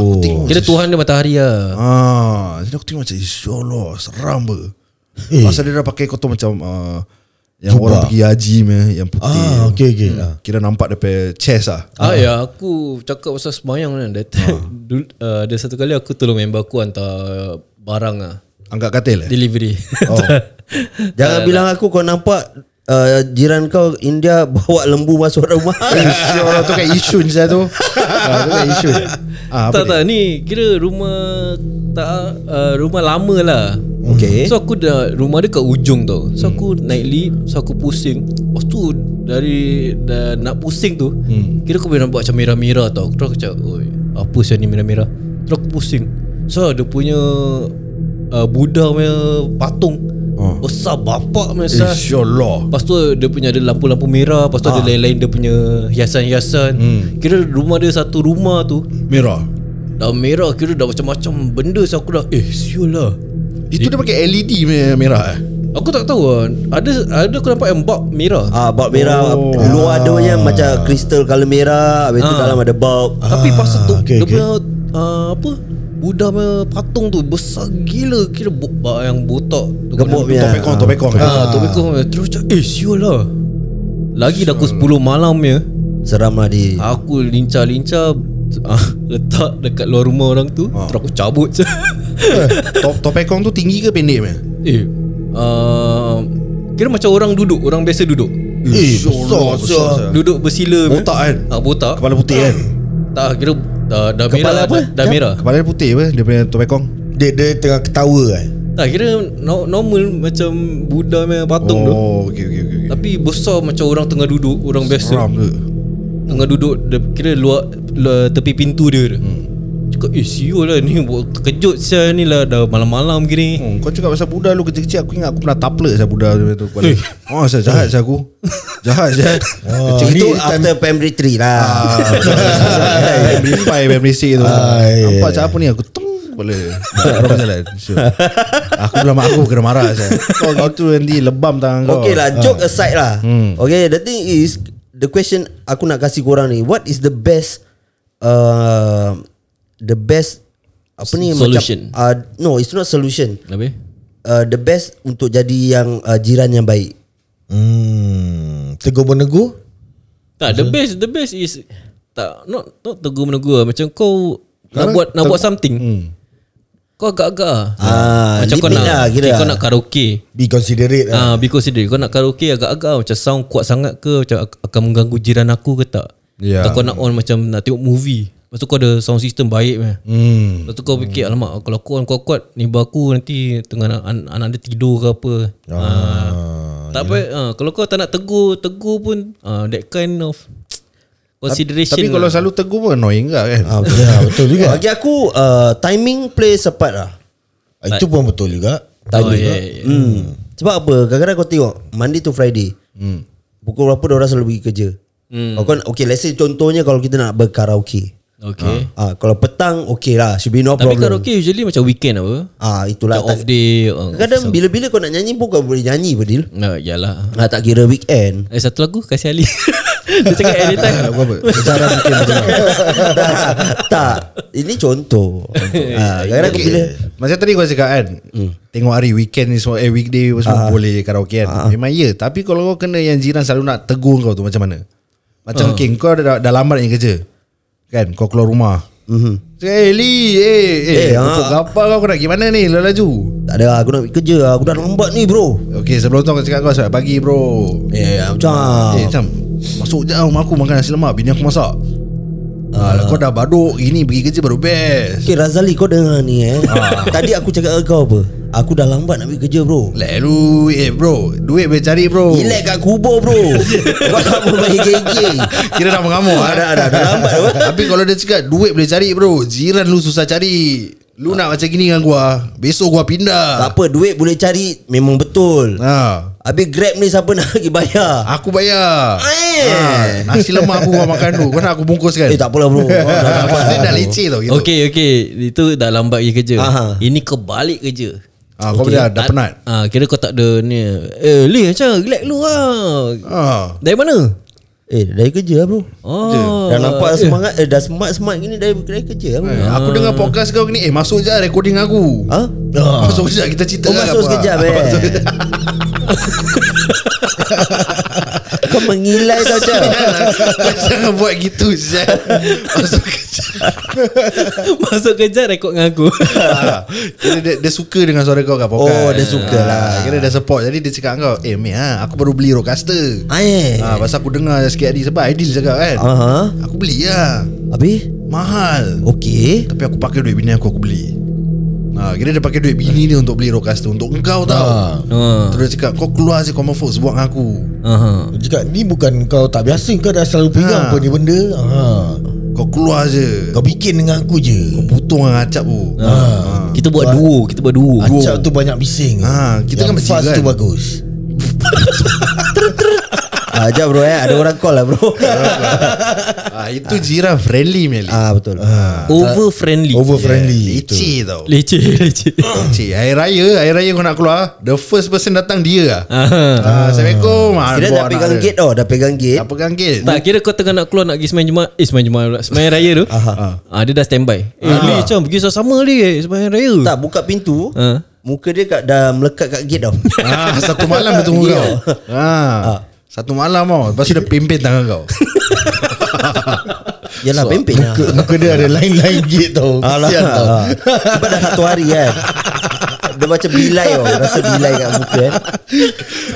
Speaker 2: Aku tengok
Speaker 1: Ah. Kira Tuhan dia matahari lah.
Speaker 2: Ah, jadi aku tengok macam InsyaAllah Seram ber
Speaker 3: Eh.
Speaker 2: eh. Pasal dia dah pakai kotor macam uh, Yang Jubah. orang pergi haji meh, Yang putih
Speaker 3: Ah, okey okey. Ah.
Speaker 2: Kira nampak dia punya chest lah
Speaker 1: Ah, ya aku cakap pasal semayang kan. That
Speaker 4: Ah.
Speaker 1: time, dulu, uh, ada satu kali aku tolong member aku hantar barang ah
Speaker 2: Angkat katil eh
Speaker 1: delivery. Oh.
Speaker 4: Jangan bilang aku kau nampak uh, jiran kau India bawa lembu masuk rumah.
Speaker 2: InsyaAllah tu kan isun saya tu ah, Tu kan isun ah,
Speaker 1: tak
Speaker 2: apa ni?
Speaker 1: tak ni kira rumah tak uh, rumah lama lah.
Speaker 4: Okey.
Speaker 1: So aku dah rumah dia kat ujung tau. So aku naik lift, so aku pusing. Lepas tu dari dah nak pusing tu, hmm. kira aku boleh nampak macam merah-merah tau. Terus aku cakap, "Oi, apa sih ni merah-merah?" Terus aku pusing. So dia punya uh, Buddha punya patung
Speaker 2: Oh.
Speaker 1: Besar bapak punya sah.
Speaker 2: InsyaAllah
Speaker 1: Lepas tu dia punya ada lampu-lampu merah Lepas tu ada lain-lain dia punya hiasan-hiasan hmm. Kira rumah dia satu rumah tu
Speaker 2: Merah
Speaker 1: Dah merah kira dah macam-macam benda so aku dah Eh siul lah
Speaker 2: Itu dia pakai E LED punya merah eh
Speaker 1: Aku tak tahu lah Ada, ada aku nampak yang bulb merah ah.
Speaker 4: Ah, bulb merah oh. Luar adanya macam kristal color merah Habis tu dalam ada bulb
Speaker 1: Tapi pasal tu okay, dia
Speaker 3: okay, okay.
Speaker 1: punya uh, Apa Buddha punya patung tu besar gila Kira bo- ba- yang botak tu
Speaker 4: Gemuk
Speaker 1: kena-
Speaker 4: punya
Speaker 2: Topekong Topekong eh.
Speaker 1: Ah, tu bekong Terus macam eh siul lah Lagi dah pukul 10 malam ya
Speaker 4: Seram lah di
Speaker 1: Aku lincah-lincah ah, Letak dekat luar rumah orang tu Terus aku cabut je
Speaker 2: Top- Topekong tu tinggi ke pendek punya
Speaker 1: Eh uh, Kira macam orang duduk Orang biasa duduk
Speaker 2: Eh
Speaker 3: besar, besar.
Speaker 1: Duduk bersila punya.
Speaker 2: Botak kan
Speaker 1: ah, Botak
Speaker 2: Kepala putih kan
Speaker 1: Tak kira ah, Dah, dah merah
Speaker 4: apa?
Speaker 1: Dah, dah merah
Speaker 2: Kepala dia putih apa Dia punya topekong
Speaker 3: Dia dia tengah ketawa kan.
Speaker 1: Tak kira no, normal Macam Buddha punya patung tu
Speaker 2: Oh okay, okay, okay. okay.
Speaker 1: Tapi besar macam orang tengah duduk Orang biasa
Speaker 2: Seram tu
Speaker 1: Tengah duduk dia, Kira luar, luar Tepi pintu dia hmm. Cakap eh siul lah ni buat Terkejut saya ni lah Dah malam-malam gini
Speaker 2: Hmm, kau cakap pasal Buddha lu kecil-kecil Aku ingat aku pernah tapler pasal Buddha tu tu kepala. Oh, saya jahat saya aku. Jahat saya.
Speaker 3: Oh,
Speaker 2: Macam
Speaker 4: Itu
Speaker 2: itu
Speaker 4: after primary 3 lah
Speaker 2: Ah. memory 5 memory 6 tu.
Speaker 3: Ah, ya,
Speaker 2: Nampak
Speaker 3: ya.
Speaker 2: macam apa ni aku tung kepala Orang jalan sure. Aku bilang mak aku kena marah saya. Kau gitu nanti lebam tangan kau Ah.
Speaker 4: Okay lah Joke aside lah Okay the thing is The question Aku nak kasih korang ni What is the best uh, The best Apa ni
Speaker 1: Solution.
Speaker 4: macam, uh, No it's not solution
Speaker 1: Habis
Speaker 4: uh, The best Untuk jadi yang uh, Jiran yang baik
Speaker 3: Hmm, tegur menegur.
Speaker 1: Tak the best The best is Tak Not, not tegur menegur lah. Macam kau Nak buat Nak buat something Kau agak-agak
Speaker 4: Ah,
Speaker 1: Macam kau
Speaker 4: limit
Speaker 1: nak
Speaker 4: lah, kira.
Speaker 1: Kau nak karaoke
Speaker 3: Be considerate
Speaker 1: Ah,
Speaker 3: lah.
Speaker 1: because dia kau nak karaoke agak-agak macam sound kuat sangat ke macam ak- akan mengganggu jiran aku ke tak?
Speaker 2: Ya.
Speaker 1: Atau kau nak on macam nak tengok movie. Lepas tu kau ada sound system baik meh. Hmm. Lepas tu kau fikir alamak kalau aku on kuat-kuat ni aku nanti tengah anak, anak, anak dia tidur ke apa. Ah. tak apa ah, kalau kau tak nak tegur, tegur pun ah, that kind of consideration. lah.
Speaker 4: lah.
Speaker 2: Tapi kalau selalu tegur pun annoying juga kan
Speaker 4: Ah,
Speaker 3: Ya, betul juga.
Speaker 4: Bagi aku uh, Timing plays a part lah
Speaker 3: Itu pun betul juga.
Speaker 1: oh, yeah, yeah, yeah.
Speaker 4: Hmm. Sebab apa? Kadang-kadang kau tengok Monday to Friday. Hmm. Pukul berapa dia orang selalu pergi kerja? Hmm. Kau okay, let's say contohnya kalau kita nak berkaraoke.
Speaker 1: Okay.
Speaker 4: Ah, kalau petang okay lah, should be no
Speaker 1: Tapi
Speaker 4: problem.
Speaker 1: karaoke usually macam weekend apa?
Speaker 4: ah, itulah.
Speaker 1: Macam off
Speaker 4: Tak, Kan?
Speaker 1: day. ah,
Speaker 4: kadang bila-bila kau nak nyanyi pun kau boleh nyanyi Badil.
Speaker 1: Nah, yalah.
Speaker 4: Ah, tak kira weekend.
Speaker 1: Eh satu lagu kasih Ali. dia cakap anytime.
Speaker 2: Apa-apa Secara mungkin macam mana.
Speaker 4: tak. Ini contoh. ah, kadang-kadang okay. bila
Speaker 2: Macam tadi kau cakap kan Tengok hari weekend ni semua Eh weekday apa semua boleh karaoke kan Memang ya Tapi kalau kau kena yang jiran selalu nak tegur kau tu Macam mana Macam okay kau dah, dah lama nak pergi kerja Kan kau keluar rumah
Speaker 4: Mhm.
Speaker 2: mm-hmm. Eh Lee Eh eh,
Speaker 4: Eh,
Speaker 2: eh Pukul
Speaker 4: ah.
Speaker 2: kapal kau kau nak pergi mana ni Laju
Speaker 4: tak ada lah, aku nak pergi kerja, aku dah lambat ni bro.
Speaker 2: Okay sebelum tu aku cakap kau Selamat pagi bro
Speaker 4: Eh, macam
Speaker 2: Eh macam Masuk je lah rumah aku makan nasi lemak Bini aku masak Ah, Kau dah baduk Ini pergi kerja baru best
Speaker 4: Okay Razali kau dengar ni eh
Speaker 2: Ah.
Speaker 4: Tadi aku cakap dengan kau apa Aku dah lambat nak pergi kerja bro
Speaker 2: Lalu Eh bro Duit boleh cari bro
Speaker 4: Relax kat kubur bro Kau tak mau main geng-geng
Speaker 2: Kira dah mengamuk ah.
Speaker 4: Dah, dah, dah lambat apa?
Speaker 2: Tapi kalau dia cakap Duit boleh cari bro Jiran lu susah cari Lu nak macam gini dengan gua Besok gua
Speaker 4: Tak
Speaker 2: pindah
Speaker 4: apa duit boleh cari Memang betul
Speaker 2: ha.
Speaker 4: Habis grab ni siapa nak lagi bayar
Speaker 2: Aku bayar
Speaker 4: Eh.
Speaker 2: ha. Nasi lemak aku gua makan dulu Kau nak aku bungkus kan
Speaker 4: Eh tak apalah bro Kau dah lah. lambat.
Speaker 2: Dia dah leceh tau gitu
Speaker 1: Okey okey, itu dah lambat pergi kerja.
Speaker 4: Aha.
Speaker 1: Ini kau balik kerja.
Speaker 2: ha, Kau dah, dah penat
Speaker 1: Ah, kira kau tak ada ni. Eh, Lee macam relax lu ah.
Speaker 2: ha.
Speaker 1: Dari mana?
Speaker 4: Eh dari kerja lah bro
Speaker 1: Oh.
Speaker 4: Dah nampak semangat eh, Dah smart-smart gini dari, dari kerja lah bro
Speaker 2: Aku dengar podcast kau ni Eh masuk je lah recording aku
Speaker 4: Ha?
Speaker 2: ya. Ah. Masuk sekejap kita cerita
Speaker 4: Kau
Speaker 2: lah
Speaker 4: masuk
Speaker 2: apa.
Speaker 4: sekejap eh
Speaker 2: Masuk sekejap.
Speaker 4: Kau mengilai tau Cak
Speaker 2: Kau Jangan buat gitu Syah. Masuk sekejap
Speaker 1: Masuk kerja rekod dengan aku.
Speaker 2: Ah. Kira dia, dia suka dengan suara kau kat podcast Ah.
Speaker 4: Oh, dia suka lah.
Speaker 2: Kira dia support Jadi dia cakap dengan kau Eh Mia aku baru beli roadcaster
Speaker 4: Eh
Speaker 2: Ah, Pasal aku dengar sikit hari Sebab Aidil cakap kan
Speaker 4: Aha.
Speaker 2: Aku beli lah
Speaker 4: Habis
Speaker 2: Mahal
Speaker 4: Okay
Speaker 2: Tapi aku pakai duit bini aku Aku beli ha, Kira dia pakai duit bini dia Untuk beli roadcaster Untuk engkau
Speaker 4: Ah,
Speaker 2: tau
Speaker 1: Ha.
Speaker 2: Terus dia cakap Kau keluar je Common Fox Buat dengan aku
Speaker 1: Aha.
Speaker 3: Dia Cakap ni bukan kau tak biasa Kau dah selalu pegang
Speaker 2: Ha.
Speaker 3: ha. apa ni benda ha.
Speaker 2: Kau keluar je
Speaker 3: Kau bikin dengan aku je
Speaker 2: Putung dengan acap tu
Speaker 1: Ha.
Speaker 4: Ah.
Speaker 1: Kita buat duo, kita buat duo.
Speaker 3: Acap tu banyak bising
Speaker 2: Ha, kita kan
Speaker 3: Yang
Speaker 2: berjiran.
Speaker 3: fast tu bagus
Speaker 4: ah, Sekejap bro eh Ada orang call lah bro
Speaker 2: ah, Itu jiran friendly Meli
Speaker 4: Ah betul.
Speaker 1: Over friendly.
Speaker 3: Over
Speaker 2: eh,
Speaker 3: friendly Betul.
Speaker 2: Leceh tau
Speaker 1: Leceh, leceh.
Speaker 2: Leceh Hari raya Hari raya kau nak keluar The first person datang dia lah
Speaker 1: Aha.
Speaker 2: ah, Assalamualaikum ah, bawa
Speaker 4: Kira dah
Speaker 2: anak
Speaker 4: pegang
Speaker 2: dia.
Speaker 4: gate tau, dah pegang gate.
Speaker 2: Tak pegang gate
Speaker 1: Tak kira kau tengah nak keluar nak pergi semain jemaah Eh semain jemaah pula Semain raya tu Aha. Ah, Dia dah standby Eh Lee macam pergi sama-sama Lee Semain raya
Speaker 4: Tak buka pintu.
Speaker 1: Ah.
Speaker 4: Muka dia kat, dah melekat kat gate tau.
Speaker 2: ah, Satu malam dia
Speaker 4: Ya.
Speaker 2: tunggu kau ah, Satu malam tau Lepas tu dia pimpin tangan kau
Speaker 4: Yalah pempek lah.
Speaker 3: Muka, muka dia ada lain-lain gate tau
Speaker 4: Alah.
Speaker 3: Kesian tau
Speaker 4: ah. Sebab dah satu hari kan. Dia macam bilai tau. Rasa bilai kat muka eh.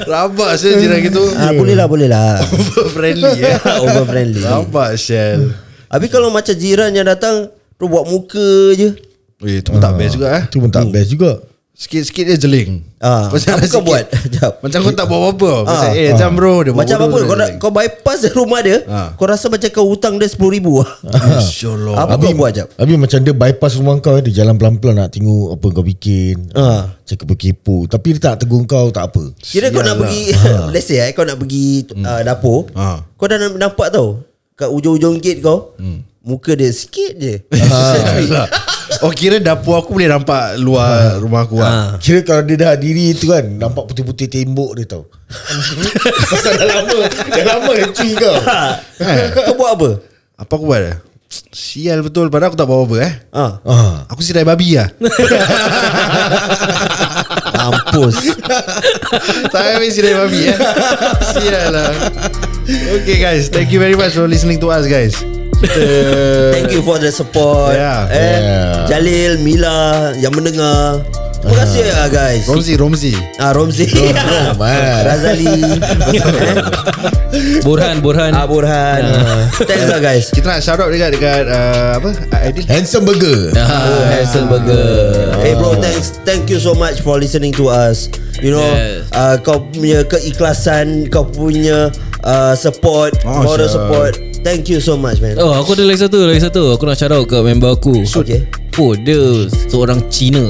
Speaker 2: Rabak saya jiran gitu
Speaker 4: Ah, boleh lah, boleh lah.
Speaker 2: Friendly eh
Speaker 4: Over friendly.
Speaker 2: Rabak Shell
Speaker 4: Habis kalau macam jiran yang datang, tu buat muka je.
Speaker 2: Weh, itu pun tak best juga eh
Speaker 3: Ah, Tu pun tak best juga
Speaker 2: Sikit-sikit dia jeling
Speaker 4: Ah,
Speaker 2: Pasal ada
Speaker 4: apa
Speaker 2: sikit-
Speaker 4: kau buat? Sekejap.
Speaker 2: Macam kau tak buat apa-apa tau. Pasal,
Speaker 4: Ah,
Speaker 2: Eh macam bro dia buat
Speaker 4: Macam
Speaker 2: bodoh
Speaker 4: apa
Speaker 2: dia
Speaker 4: kau, nak,
Speaker 2: jeling.
Speaker 4: kau bypass rumah dia
Speaker 2: Ah. Oh,
Speaker 4: Kau rasa macam kau hutang dia RM10,000
Speaker 2: InsyaAllah
Speaker 4: Apa kau buat jap?
Speaker 3: Habis macam dia bypass rumah kau Dia jalan pelan-pelan nak tengok Apa kau bikin
Speaker 4: Ah.
Speaker 3: Cakap kepo Tapi dia tak tegur kau tak apa
Speaker 4: Kira kau nak pergi Let's say eh, Kau nak pergi uh, dapur
Speaker 2: Ha.
Speaker 4: Kau dah nam- nampak tau Kat ujung-ujung gate kau Muka dia sikit je
Speaker 2: Oh kira dapur aku boleh nampak luar rumah aku lah.
Speaker 3: Kira kalau dia dah diri tu kan Nampak putih-putih tembok dia tau Pasal dah lama Dah lama cuy kau
Speaker 4: Kau buat apa?
Speaker 2: Apa aku buat dah? Sial betul Padahal aku tak bawa apa eh
Speaker 4: Ha.
Speaker 3: ah.
Speaker 2: Aku sidai babi lah
Speaker 4: Mampus
Speaker 2: Tak habis sidai babi eh Sial lah Okay guys Thank you very much For listening to us guys Kita
Speaker 4: Thank you for the support
Speaker 2: Yeah.
Speaker 4: eh,
Speaker 3: Yeah.
Speaker 4: Jalil, Mila Yang mendengar Terima kasih lah guys
Speaker 2: Romzi Romzi
Speaker 4: Ah Romzi
Speaker 3: Rom, eh.
Speaker 4: Razali eh?
Speaker 1: Burhan Burhan
Speaker 4: Ah Burhan Thanks lah guys
Speaker 2: Kita nak shout out dekat Dekat uh, Apa Aidil
Speaker 3: Handsome burger
Speaker 1: Ah, Handsome Burger
Speaker 4: Hey bro, thanks, thank you so much for listening to us. You know,
Speaker 1: Yes.
Speaker 4: uh, kau punya keikhlasan, kau punya uh, support,
Speaker 2: Oh,
Speaker 4: moral
Speaker 2: sure.
Speaker 4: support. Thank you so much, man.
Speaker 1: Oh aku ada lagi satu Lagi satu Aku nak shout out ke member aku
Speaker 4: Okay.
Speaker 1: Oh dia Seorang Cina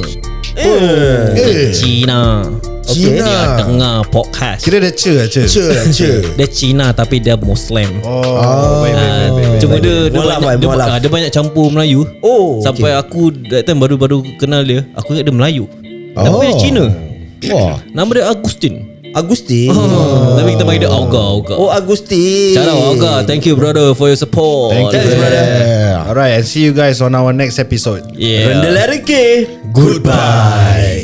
Speaker 3: Eh.
Speaker 1: Cina
Speaker 3: Cina.
Speaker 1: Dia dengar podcast
Speaker 2: Kira dia ce lah ce
Speaker 3: Cer lah cer
Speaker 1: Dia Cina tapi dia Muslim Ah,
Speaker 2: Oh,
Speaker 3: Oh.
Speaker 2: baik, baik, baik, baik, baik.
Speaker 1: Cuma dia dia
Speaker 4: Mualaf,
Speaker 1: banyak,
Speaker 4: boy,
Speaker 1: dia,
Speaker 4: mualaf.
Speaker 1: ah, dia banyak campur Melayu
Speaker 4: Oh,
Speaker 1: Sampai aku That time baru-baru kenal dia Aku ingat dia Melayu
Speaker 3: Oh.
Speaker 1: Tapi dia Cina
Speaker 3: Wah
Speaker 1: Nama dia Agustin
Speaker 4: Agusti.
Speaker 1: Tapi kita panggil dia Auga Auga
Speaker 4: Oh Agusti.
Speaker 1: Shout out Auga Thank you brother For your support
Speaker 2: Thank
Speaker 4: Thanks,
Speaker 2: you.
Speaker 4: brother.
Speaker 3: Yeah
Speaker 4: lah.
Speaker 2: Alright and see you guys On our next episode
Speaker 1: Yeah
Speaker 4: Rendelerike.
Speaker 3: Goodbye